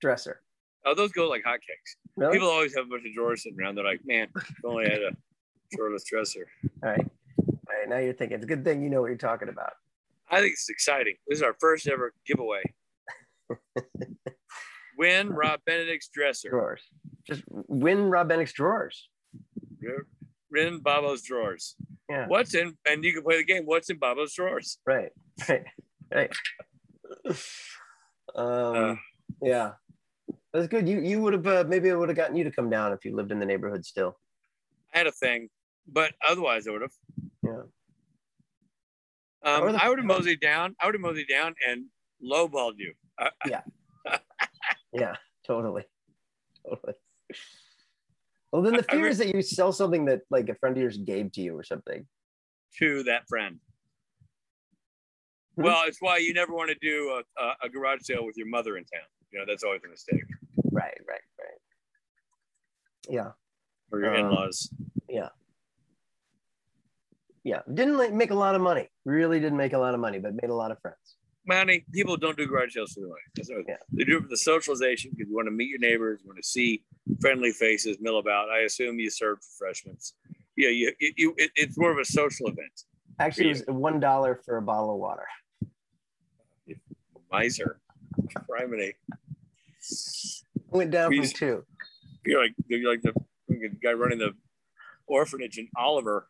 Speaker 2: dresser
Speaker 1: Oh, those go like hotcakes.
Speaker 2: Really?
Speaker 1: People always have a bunch of drawers sitting around. They're like, man, if only I had a drawerless dresser.
Speaker 2: All right. All right. Now you're thinking. It's a good thing you know what you're talking about.
Speaker 1: I think it's exciting. This is our first ever giveaway. Win Rob Benedict's dresser.
Speaker 2: Drawers. Just win Rob Bennick's drawers.
Speaker 1: Win Babo's drawers.
Speaker 2: Yeah.
Speaker 1: What's in? And you can play the game. What's in Babo's drawers?
Speaker 2: Right. Right. Right. Um,
Speaker 1: Uh.
Speaker 2: yeah. That's good. You you would have uh, maybe I would have gotten you to come down if you lived in the neighborhood still.
Speaker 1: I had a thing, but otherwise I would have.
Speaker 2: Yeah. Or
Speaker 1: Um,
Speaker 2: the-
Speaker 1: I would have moseyed down. I would have moseyed down and lowballed you. I, I-
Speaker 2: Yeah, totally. Totally. Well, then the
Speaker 1: I- I
Speaker 2: fear is that you sell something that like a friend of yours gave to you or something.
Speaker 1: to that friend.
Speaker 2: Hmm.
Speaker 1: Well, it's why you never want to do a, a, a garage sale with your mother in town. You know, that's always a mistake.
Speaker 2: Right, right, right. Yeah,
Speaker 1: Or your
Speaker 2: Uh,
Speaker 1: in-laws.
Speaker 2: yeah. Didn't like make a lot of money. Really didn't make a lot of money, but made a lot of friends.
Speaker 1: Money. People don't do garage sales for the money. That's not-
Speaker 2: Yeah.
Speaker 1: They do it for the socialization because you want to meet your neighbors, you want to see friendly faces, mill about. I assume you serve refreshments. Yeah, you, you, you it, it's more of a social event.
Speaker 2: Actually, it was one dollar for a bottle of water.
Speaker 1: Miser. Criminy.
Speaker 2: Went down
Speaker 1: We
Speaker 2: from
Speaker 1: just-
Speaker 2: two.
Speaker 1: You're like you're like the fucking guy running the orphanage in Oliver.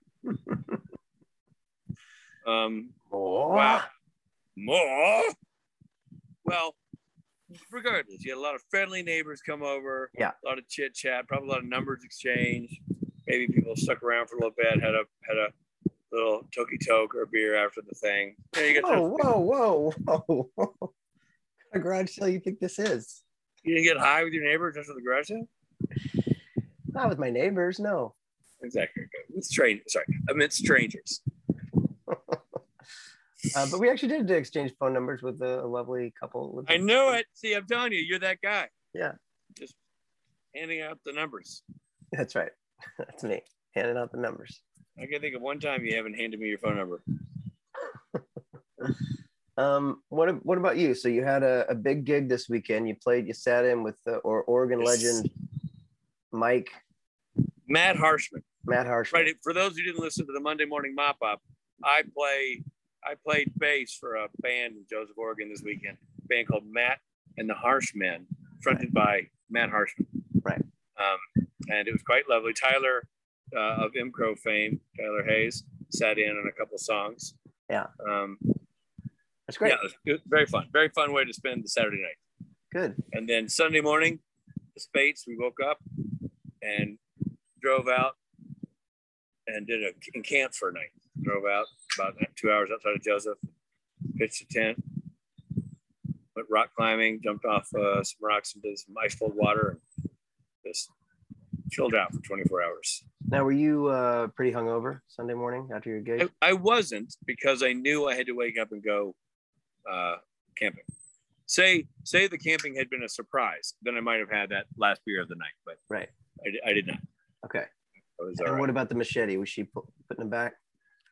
Speaker 1: um, Wow. more. Well, regardless, you had a lot of friendly neighbors come over.
Speaker 2: Yeah.
Speaker 1: A lot of chit chat, probably a lot of numbers exchanged. Maybe people stuck around for a little bit, had a had a little tokey toke or beer after the thing. Yeah, you, got
Speaker 2: Whoa, whoa, whoa, whoa! What kind of garage sale you think this is?
Speaker 1: you didn't get high with your neighbors after the garage sale?
Speaker 2: Not with my neighbors, no.
Speaker 1: Exactly. With strangers. Sorry. I meant strangers.
Speaker 2: Uh, but we actually did exchange phone numbers with a, a lovely couple. with-
Speaker 1: I knew it. See, I'm telling you, you're that guy.
Speaker 2: Yeah.
Speaker 1: Just handing out the numbers.
Speaker 2: That's right. That's me handing out the numbers.
Speaker 1: I can think of one time you haven't handed me your phone number.
Speaker 2: Um, what ab- what about you? So you had a, a big gig this weekend. You played. You sat in with the or Oregon
Speaker 1: Yes.
Speaker 2: legend Mike
Speaker 1: Matt Harshman.
Speaker 2: Matt Harsh.
Speaker 1: Right. For those who didn't listen to the Monday morning mop up, I play I played bass for a band in Joseph, Oregon this weekend. A band called Matt and the Harshmen, fronted by Matt Harshman.
Speaker 2: Right.
Speaker 1: Um, and it was quite lovely. Tyler uh, of Imcro fame, Tyler Hayes, sat in on a couple songs.
Speaker 2: Yeah.
Speaker 1: Um,
Speaker 2: That's great.
Speaker 1: yeah, it was, it was very fun. Very fun way to spend the Saturday night.
Speaker 2: Good.
Speaker 1: And then Sunday morning, the Spates, we woke up and drove out and did a and camped for a night. Drove out about two hours outside of Joseph, pitched a tent, went rock climbing, jumped off uh, some rocks into some ice cold water, and just chilled out for 24 hours.
Speaker 2: Now, were you uh, pretty hungover Sunday morning after your gig?
Speaker 1: I, I wasn't because I knew I had to wake up and go uh, camping. Say say the camping had been a surprise, then I might have had that last beer of the night. But
Speaker 2: Right.
Speaker 1: I, di- I did not.
Speaker 2: Okay.
Speaker 1: I was all
Speaker 2: And
Speaker 1: right.
Speaker 2: what about the machete? Was she pu- putting it back?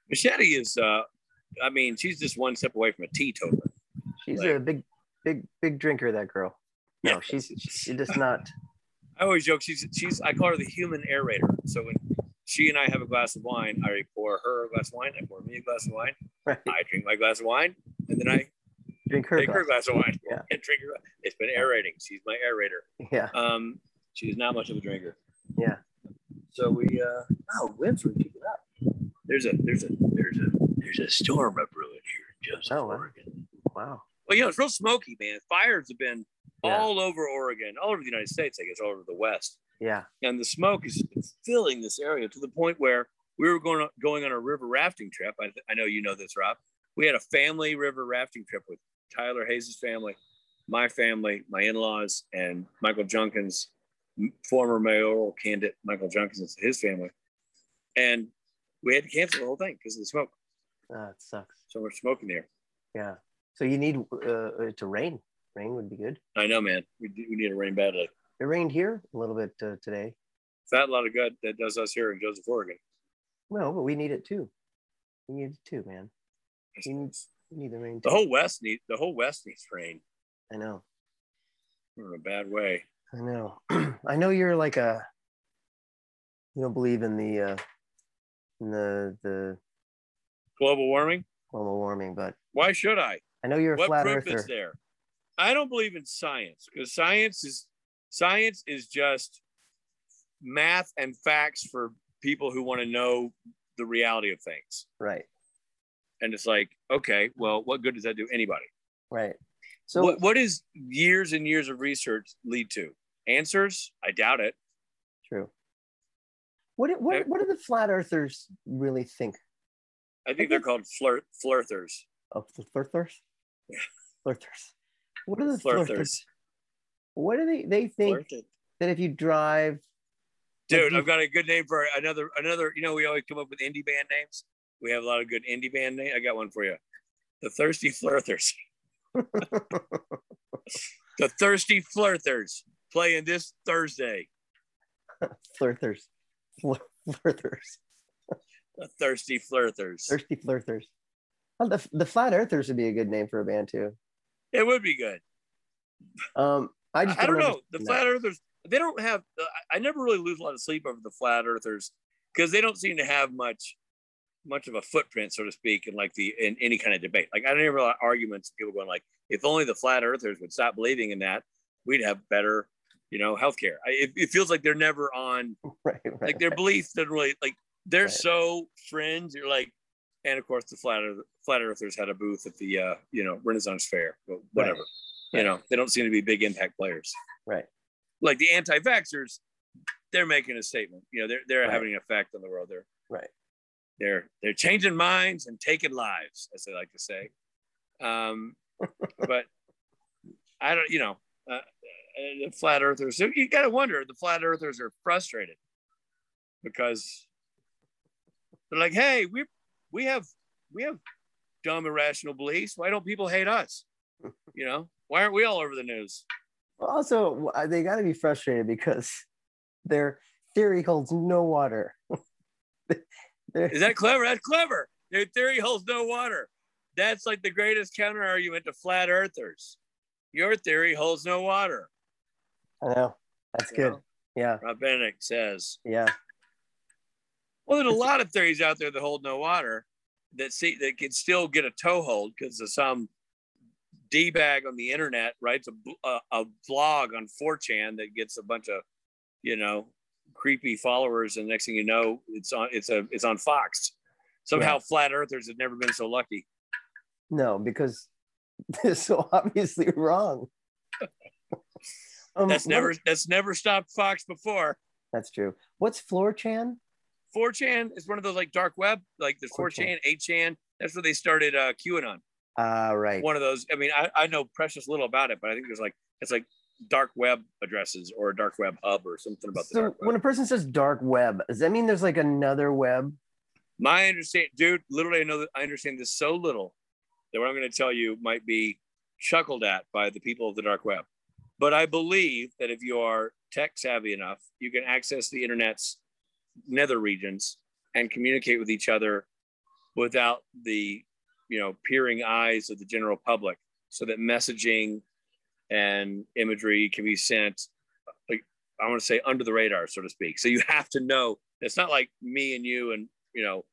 Speaker 1: Machete is, uh, I mean, she's just one step away from a teetotaler.
Speaker 2: She's
Speaker 1: Like-
Speaker 2: a big, big, big drinker. That girl. No,
Speaker 1: Yeah.
Speaker 2: she's she just not.
Speaker 1: I always joke she's she's I call her the human aerator. So when she and I have a glass of wine, I pour her a glass of wine, I pour me a glass of wine,
Speaker 2: Right.
Speaker 1: I drink my glass of wine, and then I
Speaker 2: Drink her.
Speaker 1: take her
Speaker 2: glass.
Speaker 1: glass of wine
Speaker 2: Yeah.
Speaker 1: and drink her. It's been aerating. She's my aerator.
Speaker 2: Yeah.
Speaker 1: Um, she's not much of a drinker.
Speaker 2: Yeah.
Speaker 1: So we uh wow, winds were picking up. There's a there's a there's a there's a storm up brewing here in Joseph,
Speaker 2: Oh, wow.
Speaker 1: Oregon.
Speaker 2: Wow.
Speaker 1: Well, you know, it's real smoky, man. Fires have been
Speaker 2: Yeah.
Speaker 1: all over Oregon, all over the United States, I guess, all over the West.
Speaker 2: Yeah.
Speaker 1: And the smoke is filling this area to the point where we were going on, going on a river rafting trip. I, I know you know this, Rob. We had a family river rafting trip with Tyler Hayes' family, my family, my in-laws, and Michael Junkins, m- former mayoral candidate Michael Junkins, and his family. And we had to cancel the whole thing because of the smoke.
Speaker 2: Ah, it sucks.
Speaker 1: So much smoke in the air.
Speaker 2: Yeah. So you need uh, it to rain. Rain would be good.
Speaker 1: I know, man. We, d- we need a rain badly.
Speaker 2: It rained here a little bit uh, today.
Speaker 1: Fat lot of good that does us here in Joseph, Oregon.
Speaker 2: Well, but we need it too. We need it too, man. We need, we need the rain
Speaker 1: The
Speaker 2: too.
Speaker 1: whole West needs the whole West needs rain.
Speaker 2: I know.
Speaker 1: We're in a bad way.
Speaker 2: I know. I know you're like a. You don't believe in the, uh, in the the
Speaker 1: Global warming?
Speaker 2: global warming, but
Speaker 1: Why should I?
Speaker 2: I know you're a
Speaker 1: what
Speaker 2: flat
Speaker 1: proof
Speaker 2: earther.
Speaker 1: is there? I don't believe in science because science is science is just math and facts for people who want to know the reality of things.
Speaker 2: Right.
Speaker 1: And it's like, okay, well, what good does that do anybody?
Speaker 2: Right. So
Speaker 1: what what is years and years of research lead to? Answers? I doubt it.
Speaker 2: true. What do- what
Speaker 1: Uh,
Speaker 2: what do the flat earthers really think
Speaker 1: I think they're called flirt flirters.
Speaker 2: of the flirters? Flirters. What do the flirters?
Speaker 1: Flirters.
Speaker 2: What do they they think
Speaker 1: Flirters.
Speaker 2: that if you drive?
Speaker 1: Dude,
Speaker 2: you-
Speaker 1: I've got a good name for another another. You know, we always come up with indie band names. We have a lot of good indie band names. I got one for you. The Thirsty Flirters. the Thirsty Flirters playing this Thursday.
Speaker 2: Flirters. Flir- Flirters.
Speaker 1: The Thirsty Flirters.
Speaker 2: Thirsty flirters. Oh, the the flat earthers would be a good name for a band too.
Speaker 1: It would be good.
Speaker 2: Um, I
Speaker 1: I,
Speaker 2: just
Speaker 1: I don't know.
Speaker 2: understand
Speaker 1: The
Speaker 2: that.
Speaker 1: Flat Earthers, they don't have, uh, I I never really lose a lot of sleep over the Flat Earthers because they don't seem to have much much of a footprint, so to speak, in like the in any kind of debate. Like I don't hear a lot of arguments. People going like, if only the flat earthers would stop believing in that, we'd have better, you know, healthcare. I, it, it feels like they're never on.
Speaker 2: Right, right,
Speaker 1: Like their
Speaker 2: right.
Speaker 1: belief doesn't really like. They're
Speaker 2: Right.
Speaker 1: so friends. You're like, and of course the flat earth, flat earthers had a booth at the uh, you know Renaissance Fair, but whatever. You know, they don't seem to be big impact players.
Speaker 2: Right.
Speaker 1: Like the anti-vaxxers, they're making a statement. You know, they're they're
Speaker 2: Right.
Speaker 1: having an effect on the world. They're
Speaker 2: Right.
Speaker 1: they're they're changing minds and taking lives, as they like to say. Um, but I don't, you know, uh, uh, the flat earthers. You got to wonder. The flat earthers are frustrated because they're like, "Hey, we we have we have dumb irrational beliefs. Why don't people hate us? You know, why aren't we all over the news?
Speaker 2: Well, Also, w- uh, they got to be frustrated because their theory holds no water. They're-
Speaker 1: Is that clever? That's clever. Their theory holds no water. That's like the greatest counter argument to flat earthers. Your theory holds no water.
Speaker 2: I know. That's
Speaker 1: You
Speaker 2: good.
Speaker 1: know?
Speaker 2: Yeah,
Speaker 1: Rob Benedict says.
Speaker 2: yeah,
Speaker 1: Well, there's a lot of theories out there that hold no water that see that can still get a toehold because of some d bag on the internet writes a, bl- a, a blog on 4chan that gets a bunch of you know creepy followers, and next thing you know, it's on it's a it's on Fox. Somehow, flat earthers have never been so lucky.
Speaker 2: no, because they're so obviously wrong. Um,
Speaker 1: That's
Speaker 2: what-
Speaker 1: never that's never stopped Fox before.
Speaker 2: That's true. What's floor chan?
Speaker 1: 4chan is one of those like dark web, like the 4chan, 8chan. That's where they started uh, QAnon.
Speaker 2: Ah, right.
Speaker 1: one of those. I mean, I, I know precious little about it, but I think there's like it's like dark web addresses or a dark web hub or something about the
Speaker 2: So
Speaker 1: dark web.
Speaker 2: when a person says dark web, does that mean there's like another web?
Speaker 1: My understand, dude. Literally, I know that I understand this so little that what I'm going to tell you might be chuckled at by the people of the dark web. But I believe that if you are tech savvy enough, you can access the internet's nether regions and communicate with each other without the you know peering eyes of the general public, so that messaging and imagery can be sent like I want to say under the radar, so to speak. So you have to know it's not like me and you and you know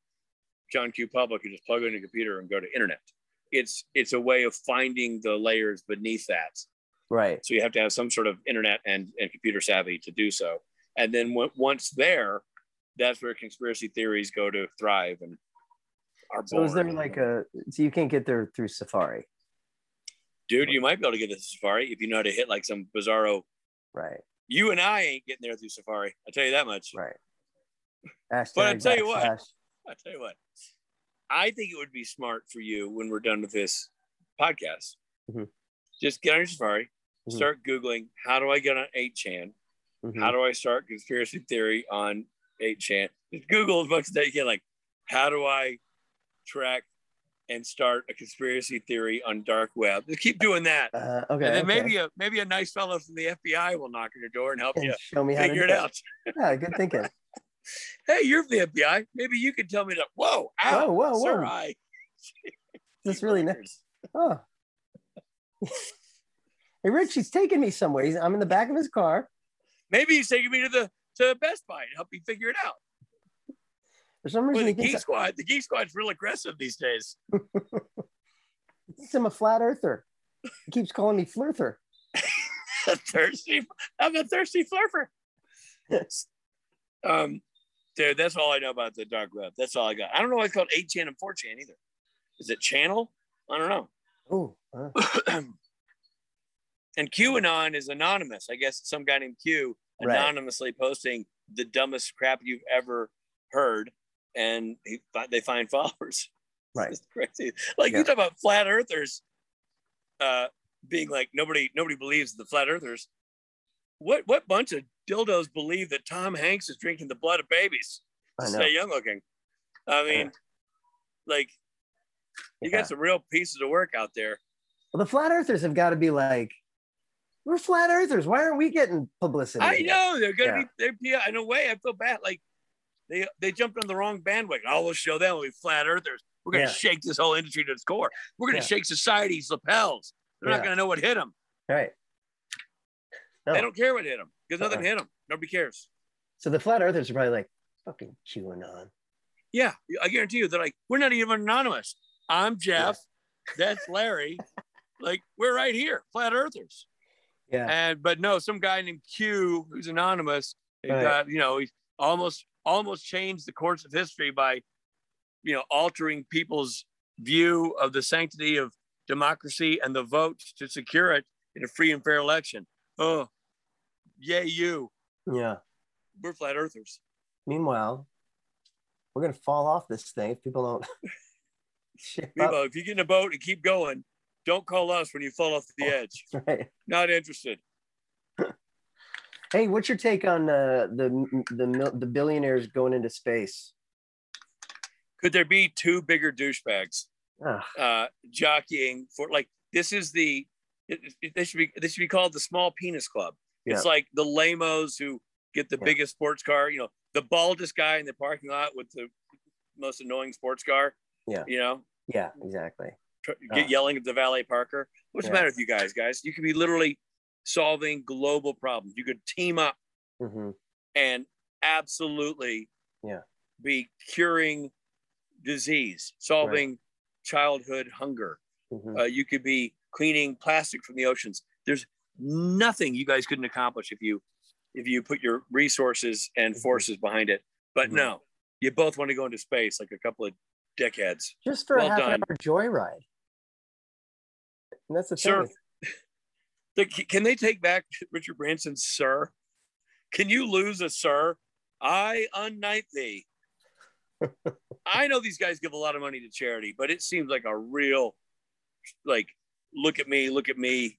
Speaker 1: John Q Public who just plug in a computer and go to internet. It's it's a way of finding the layers beneath that.
Speaker 2: Right.
Speaker 1: So you have to have some sort of internet and, and computer savvy to do so. And then w- once there, that's where conspiracy theories go to thrive and are
Speaker 2: So is there
Speaker 1: born.
Speaker 2: like a so you can't get there through Safari?
Speaker 1: dude? You might be able to get to Safari if you know how to hit like some bizarro.
Speaker 2: Right.
Speaker 1: You and I ain't getting there through Safari. I tell you that much.
Speaker 2: Right. Hashtag
Speaker 1: But I tell you what.
Speaker 2: backslash.
Speaker 1: I tell you what, I think it would be smart for you when we're done with this podcast.
Speaker 2: Mhm.
Speaker 1: Just get on your Safari,
Speaker 2: Mhm.
Speaker 1: start Googling how do I get on 8chan?
Speaker 2: Mhm.
Speaker 1: How do I start conspiracy theory on 8chan? Just Google as much as you can, like, how do I track and start a conspiracy theory on dark web? Just keep doing that.
Speaker 2: Uh, okay.
Speaker 1: and then
Speaker 2: okay.
Speaker 1: maybe a maybe a nice fellow from the FBI will knock on your door and help
Speaker 2: And
Speaker 1: you
Speaker 2: show me how to
Speaker 1: figure it
Speaker 2: do
Speaker 1: out.
Speaker 2: Yeah, good thinking.
Speaker 1: Hey, you're from the FBI. Maybe you could tell me that. Whoa, ow,
Speaker 2: Whoa, whoa,
Speaker 1: sir,
Speaker 2: whoa.
Speaker 1: I-
Speaker 2: That's really nice. Oh. Hey, Rich, he's taking me somewhere. He's, I'm in the back of his car.
Speaker 1: Maybe he's taking me to the to Best Buy to help me figure it out.
Speaker 2: For some
Speaker 1: Boy,
Speaker 2: reason,
Speaker 1: the
Speaker 2: he thinks,
Speaker 1: Geek Squad, the Geek Squad's real aggressive these days.
Speaker 2: he thinks I'm a flat earther. He keeps calling me flirther.
Speaker 1: a thirsty. I'm a thirsty flurfer. Um, dude, that's all I know about the dark web. That's all I got. I don't know why it's called 8chan and 4chan either. Is it channel? I don't know.
Speaker 2: Oh, uh,
Speaker 1: and QAnon is anonymous. I guess some guy named Q
Speaker 2: Right.
Speaker 1: anonymously posting the dumbest crap you've ever heard, and he, they find followers.
Speaker 2: Right.
Speaker 1: It's crazy. Like
Speaker 2: Yeah.
Speaker 1: you talk about flat earthers uh, being like nobody nobody believes the flat earthers. What what bunch of dildos believe that Tom Hanks is drinking the blood of babies
Speaker 2: I
Speaker 1: to
Speaker 2: know.
Speaker 1: stay young looking? I mean, like you
Speaker 2: Yeah.
Speaker 1: got some real pieces of work out there.
Speaker 2: Well, the flat earthers have got to be like, we're flat earthers. Why aren't we getting publicity?
Speaker 1: I know they're gonna
Speaker 2: Yeah.
Speaker 1: be they're yeah, in a way I feel bad like they they jumped on the wrong bandwagon. Oh, we'll show them we flat earthers. We're gonna
Speaker 2: Yeah.
Speaker 1: shake this whole industry to its core. We're gonna
Speaker 2: Yeah.
Speaker 1: shake society's lapels. They're
Speaker 2: Yeah.
Speaker 1: not gonna know what hit them.
Speaker 2: Right.
Speaker 1: They
Speaker 2: No.
Speaker 1: don't care what hit them because nothing
Speaker 2: Uh-uh.
Speaker 1: hit them. Nobody cares.
Speaker 2: So the flat earthers are probably like, fucking QAnon.
Speaker 1: Yeah, I guarantee you they're like we're not even anonymous. I'm Jeff. That's Larry. like we're right here, flat earthers.
Speaker 2: Yeah.
Speaker 1: And but no, some guy named Q, who's anonymous, he
Speaker 2: Right.
Speaker 1: got, you know, he's almost almost changed the course of history by, you know, altering people's view of the sanctity of democracy and the vote to secure it in a free and fair election. Oh, yay, you!
Speaker 2: Yeah.
Speaker 1: We're flat earthers.
Speaker 2: Meanwhile, we're going to fall off this thing if people don't. Shit
Speaker 1: Meanwhile,
Speaker 2: up.
Speaker 1: if you get in a boat and keep going, don't call us when you fall off the edge.
Speaker 2: That's right.
Speaker 1: Not interested.
Speaker 2: Hey, what's your take on uh, the the mil- the billionaires going into space?
Speaker 1: Could there be two bigger douchebags?
Speaker 2: Ugh,
Speaker 1: uh, jockeying for like this is the it, it- this should be this should be called the small penis club. It's like the lamos who get the
Speaker 2: Yeah.
Speaker 1: biggest sports car. You know, the baldest guy in the parking lot with the most annoying sports car.
Speaker 2: Yeah.
Speaker 1: You know,
Speaker 2: yeah, exactly.
Speaker 1: tr-
Speaker 2: Ah.
Speaker 1: get yelling at the valet parker. What's
Speaker 2: Yeah.
Speaker 1: the matter with you guys, guys? You could be literally solving global problems. You could team up
Speaker 2: hmm
Speaker 1: and absolutely
Speaker 2: Yeah.
Speaker 1: be curing disease, solving childhood hunger.
Speaker 2: hmm
Speaker 1: Uh, you could be cleaning plastic from the oceans. There's nothing you guys couldn't accomplish if you if you put your resources and
Speaker 2: Mhm.
Speaker 1: forces behind it. But
Speaker 2: Mhm.
Speaker 1: no, you both want to go into space like a couple of dickheads.
Speaker 2: Just for a
Speaker 1: well
Speaker 2: half an
Speaker 1: done.
Speaker 2: hour joyride. And that's the thing.
Speaker 1: Sir,
Speaker 2: is-
Speaker 1: The- Can they take back Richard Branson's sir? Can you lose a sir? I unknight thee. I know these guys give a lot of money to charity, but it seems like a real, like, look at me, look at me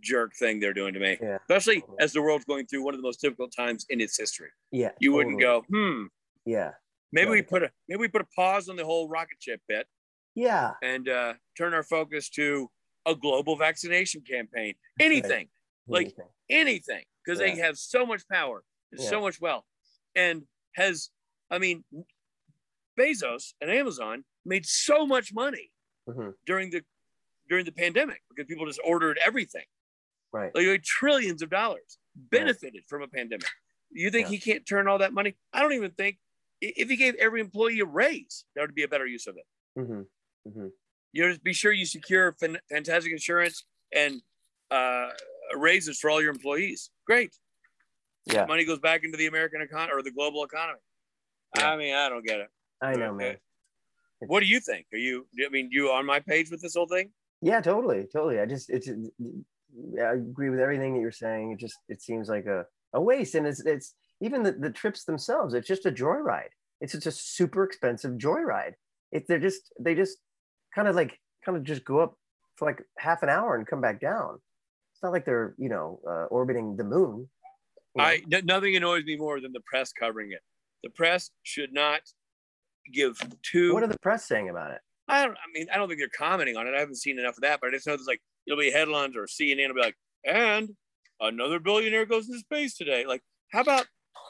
Speaker 1: jerk thing they're doing to me.
Speaker 2: Yeah.
Speaker 1: Especially as the world's going through one of the most difficult times in its history.
Speaker 2: yeah,
Speaker 1: You wouldn't
Speaker 2: totally.
Speaker 1: go, hmm,
Speaker 2: Yeah,
Speaker 1: maybe we
Speaker 2: Right.
Speaker 1: put a maybe we put a pause on the whole rocket ship bit
Speaker 2: yeah,
Speaker 1: and uh, turn our focus to a global vaccination campaign. Anything Like,
Speaker 2: anything.
Speaker 1: anything because they have so much power, and
Speaker 2: Yeah.
Speaker 1: so much wealth, and has, I mean, Bezos and Amazon made so much money
Speaker 2: Mhm,
Speaker 1: during the during the pandemic because people just ordered everything,
Speaker 2: right?
Speaker 1: like, like trillions of dollars benefited from a pandemic. You think
Speaker 2: Yeah.
Speaker 1: he can't turn all that money? I don't even think i- if he gave every employee a raise, that would be a better use of it. Mm-hmm.
Speaker 2: hmm hmm
Speaker 1: You know, just be sure you secure fan- fantastic insurance and uh, raises for all your employees. Great.
Speaker 2: Yeah.
Speaker 1: Money goes back into the American economy or the global economy. I mean, I don't get it.
Speaker 2: I know,
Speaker 1: Okay.
Speaker 2: man.
Speaker 1: What do you think? Are you, I mean, you on my page with this whole thing?
Speaker 2: Yeah, totally, totally. I just it's I agree with everything that you're saying. It just it seems like a, a waste, and it's it's even the, the trips themselves. It's just a joyride. It's just a super expensive joyride. It they're just they just kind of like kind of just go up for like half an hour and come back down. It's not like they're you know uh, orbiting the moon. you know?
Speaker 1: I n- nothing annoys me more than the press covering it. The press should not give two.
Speaker 2: what are the press saying about it?
Speaker 1: I don't. I mean, I don't think they're commenting on it. I haven't seen enough of that, but I just know there's like it'll be headlines or CNN will be like, and another billionaire goes into space today. Like, how about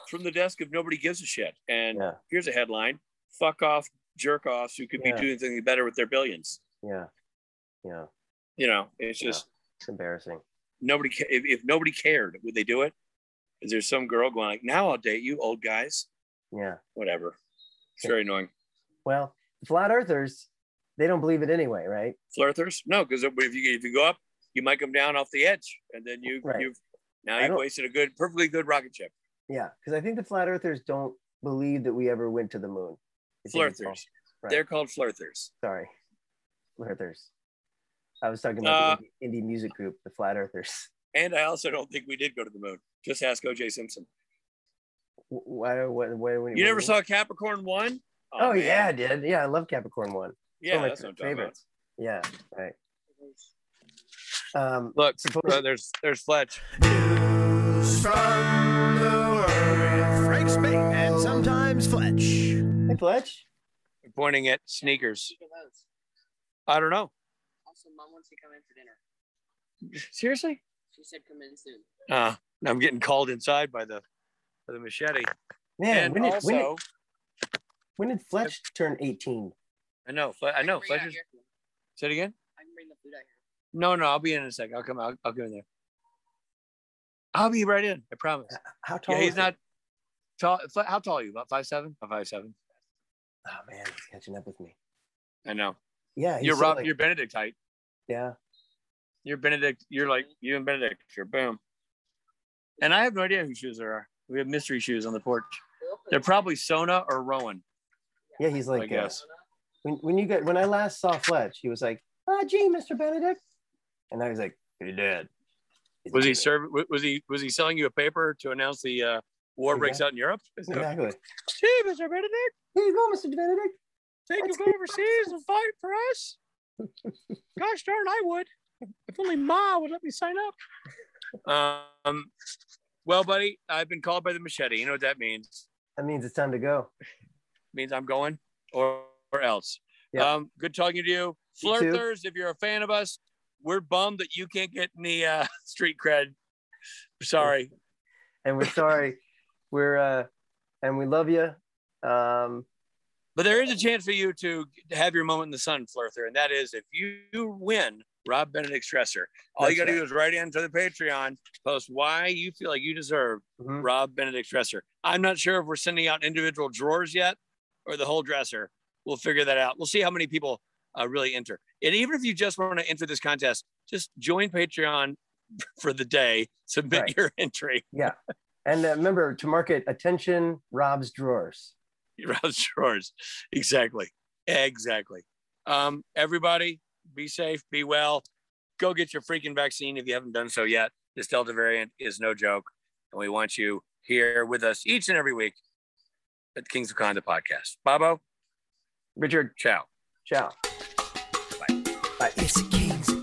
Speaker 1: from the desk of nobody gives a shit? And
Speaker 2: Yeah.
Speaker 1: here's a headline: fuck off jerk offs who could
Speaker 2: Yeah.
Speaker 1: be doing something better with their billions.
Speaker 2: Yeah, yeah,
Speaker 1: You know, it's
Speaker 2: Yeah.
Speaker 1: just
Speaker 2: it's embarrassing.
Speaker 1: nobody ca- if, if nobody cared, would they do it? Is there some girl going like, now I'll date you, old guys?
Speaker 2: Yeah.
Speaker 1: Whatever. It's very annoying.
Speaker 2: Well, flat earthers, they don't believe it anyway, right?
Speaker 1: Flirters? No, because if you if you go up, you might come down off the edge, and then you
Speaker 2: Right.
Speaker 1: you've now
Speaker 2: I
Speaker 1: you've
Speaker 2: don't-
Speaker 1: wasted a good, perfectly good rocket ship.
Speaker 2: Yeah, because I think the flat earthers don't believe that we ever went to the moon. I think it's all-
Speaker 1: Flirters.
Speaker 2: Right.
Speaker 1: They're called flirters.
Speaker 2: Sorry, flat earthers. I was talking about
Speaker 1: Uh,
Speaker 2: the indie, indie music group, the Flat Earthers.
Speaker 1: And I also don't think we did go to the moon. Just ask O.J. Simpson.
Speaker 2: Wh- Why? What? Why? when-
Speaker 1: You
Speaker 2: when-
Speaker 1: never saw Capricorn One?
Speaker 2: Oh,
Speaker 1: man.
Speaker 2: yeah, I did. Yeah, I love Capricorn One. It's
Speaker 1: yeah,
Speaker 2: one of my
Speaker 1: that's what I'm talking about.
Speaker 2: favorites. Yeah, right. Um,
Speaker 1: Look,
Speaker 2: Suppose-
Speaker 1: uh, there's there's Fletch.
Speaker 3: News from the world. Frank Spade and sometimes Fletch.
Speaker 2: hey, Fletch.
Speaker 1: pointing at sneakers.
Speaker 4: Look at those.
Speaker 1: I don't know.
Speaker 4: Also, mom wants you to come in for dinner.
Speaker 1: Seriously?
Speaker 4: She said come in soon.
Speaker 1: Uh, I'm getting called inside by the by the machete.
Speaker 2: Man,
Speaker 1: and
Speaker 2: when did,
Speaker 1: also,
Speaker 2: when, did, when did Fletch turn 18?
Speaker 1: I know, Fle- Oh, I know.
Speaker 4: Bring it out
Speaker 1: Fletcher's.
Speaker 4: here.
Speaker 1: Say it again.
Speaker 4: I can bring the food out here.
Speaker 1: No, no, I'll be in in a second. I'll come out. I'll go in there. I'll be right in. I promise.
Speaker 2: How tall
Speaker 1: Yeah,
Speaker 2: is
Speaker 1: he's
Speaker 2: he?
Speaker 1: not tall. Fle- How tall are you? About five seven? About five seven.
Speaker 2: Oh, man, he's catching up with me.
Speaker 1: I know.
Speaker 2: Yeah, he's
Speaker 1: You're
Speaker 2: so,
Speaker 1: Rob.
Speaker 2: like-
Speaker 1: you're Benedict height.
Speaker 2: yeah.
Speaker 1: You're Benedict. You're like you and Benedict. You're boom. And I have no idea whose shoes there are. We have mystery shoes on the porch. They're probably Sona or Rowan.
Speaker 2: Yeah, he's like,
Speaker 1: I
Speaker 2: uh,
Speaker 1: guess.
Speaker 2: when, when you get when I last saw Fletch, he was like, "Ah, gee, Mr. Benedict," and I was like, "He did." He's
Speaker 1: Was he
Speaker 2: dead.
Speaker 1: serve? wa- Was he was he selling you a paper to announce the uh, war breaks out in Europe? Is that-
Speaker 2: Exactly.
Speaker 1: Gee, Mr. Benedict,
Speaker 2: Here you go, Mr. Benedict.
Speaker 1: take
Speaker 2: Let's
Speaker 1: him
Speaker 2: get-
Speaker 1: overseas and fight for us. Gosh darn, I would. If only Ma would let me sign up. Um, well, buddy, I've been called by the machete. You know what that means?
Speaker 2: That means it's time to go.
Speaker 1: means I'm going or, or else.
Speaker 2: Yeah.
Speaker 1: Um, good talking to you.
Speaker 2: You too.
Speaker 1: Flirters, if you're a fan of us, we're bummed that you can't get any uh, street cred. Sorry.
Speaker 2: And we're sorry. we're uh, and we love you. Um,
Speaker 1: But there is a chance for you to have your moment in the sun, Flirther, and that is if you win Rob Benedict Stresser. All you got
Speaker 2: That's
Speaker 1: to do is write into the Patreon, post why you feel like you deserve
Speaker 2: mhm.
Speaker 1: Rob Benedict Dresser. I'm not sure if we're sending out individual drawers yet or the whole dresser. We'll figure that out. We'll see how many people uh, really enter. And even if you just want to enter this contest, just join Patreon for the day, submit
Speaker 2: Right.
Speaker 1: your entry,
Speaker 2: And uh, remember to market attention Rob's drawers.
Speaker 1: Rob's drawers. Exactly. Exactly. Um, everybody, be safe, be well. Go get your freaking vaccine if you haven't done so yet. This Delta variant is no joke. And we want you here with us each and every week at Kings of Conda podcast. Bobo,
Speaker 2: Richard,
Speaker 1: ciao.
Speaker 2: ciao.
Speaker 3: It's the Kings of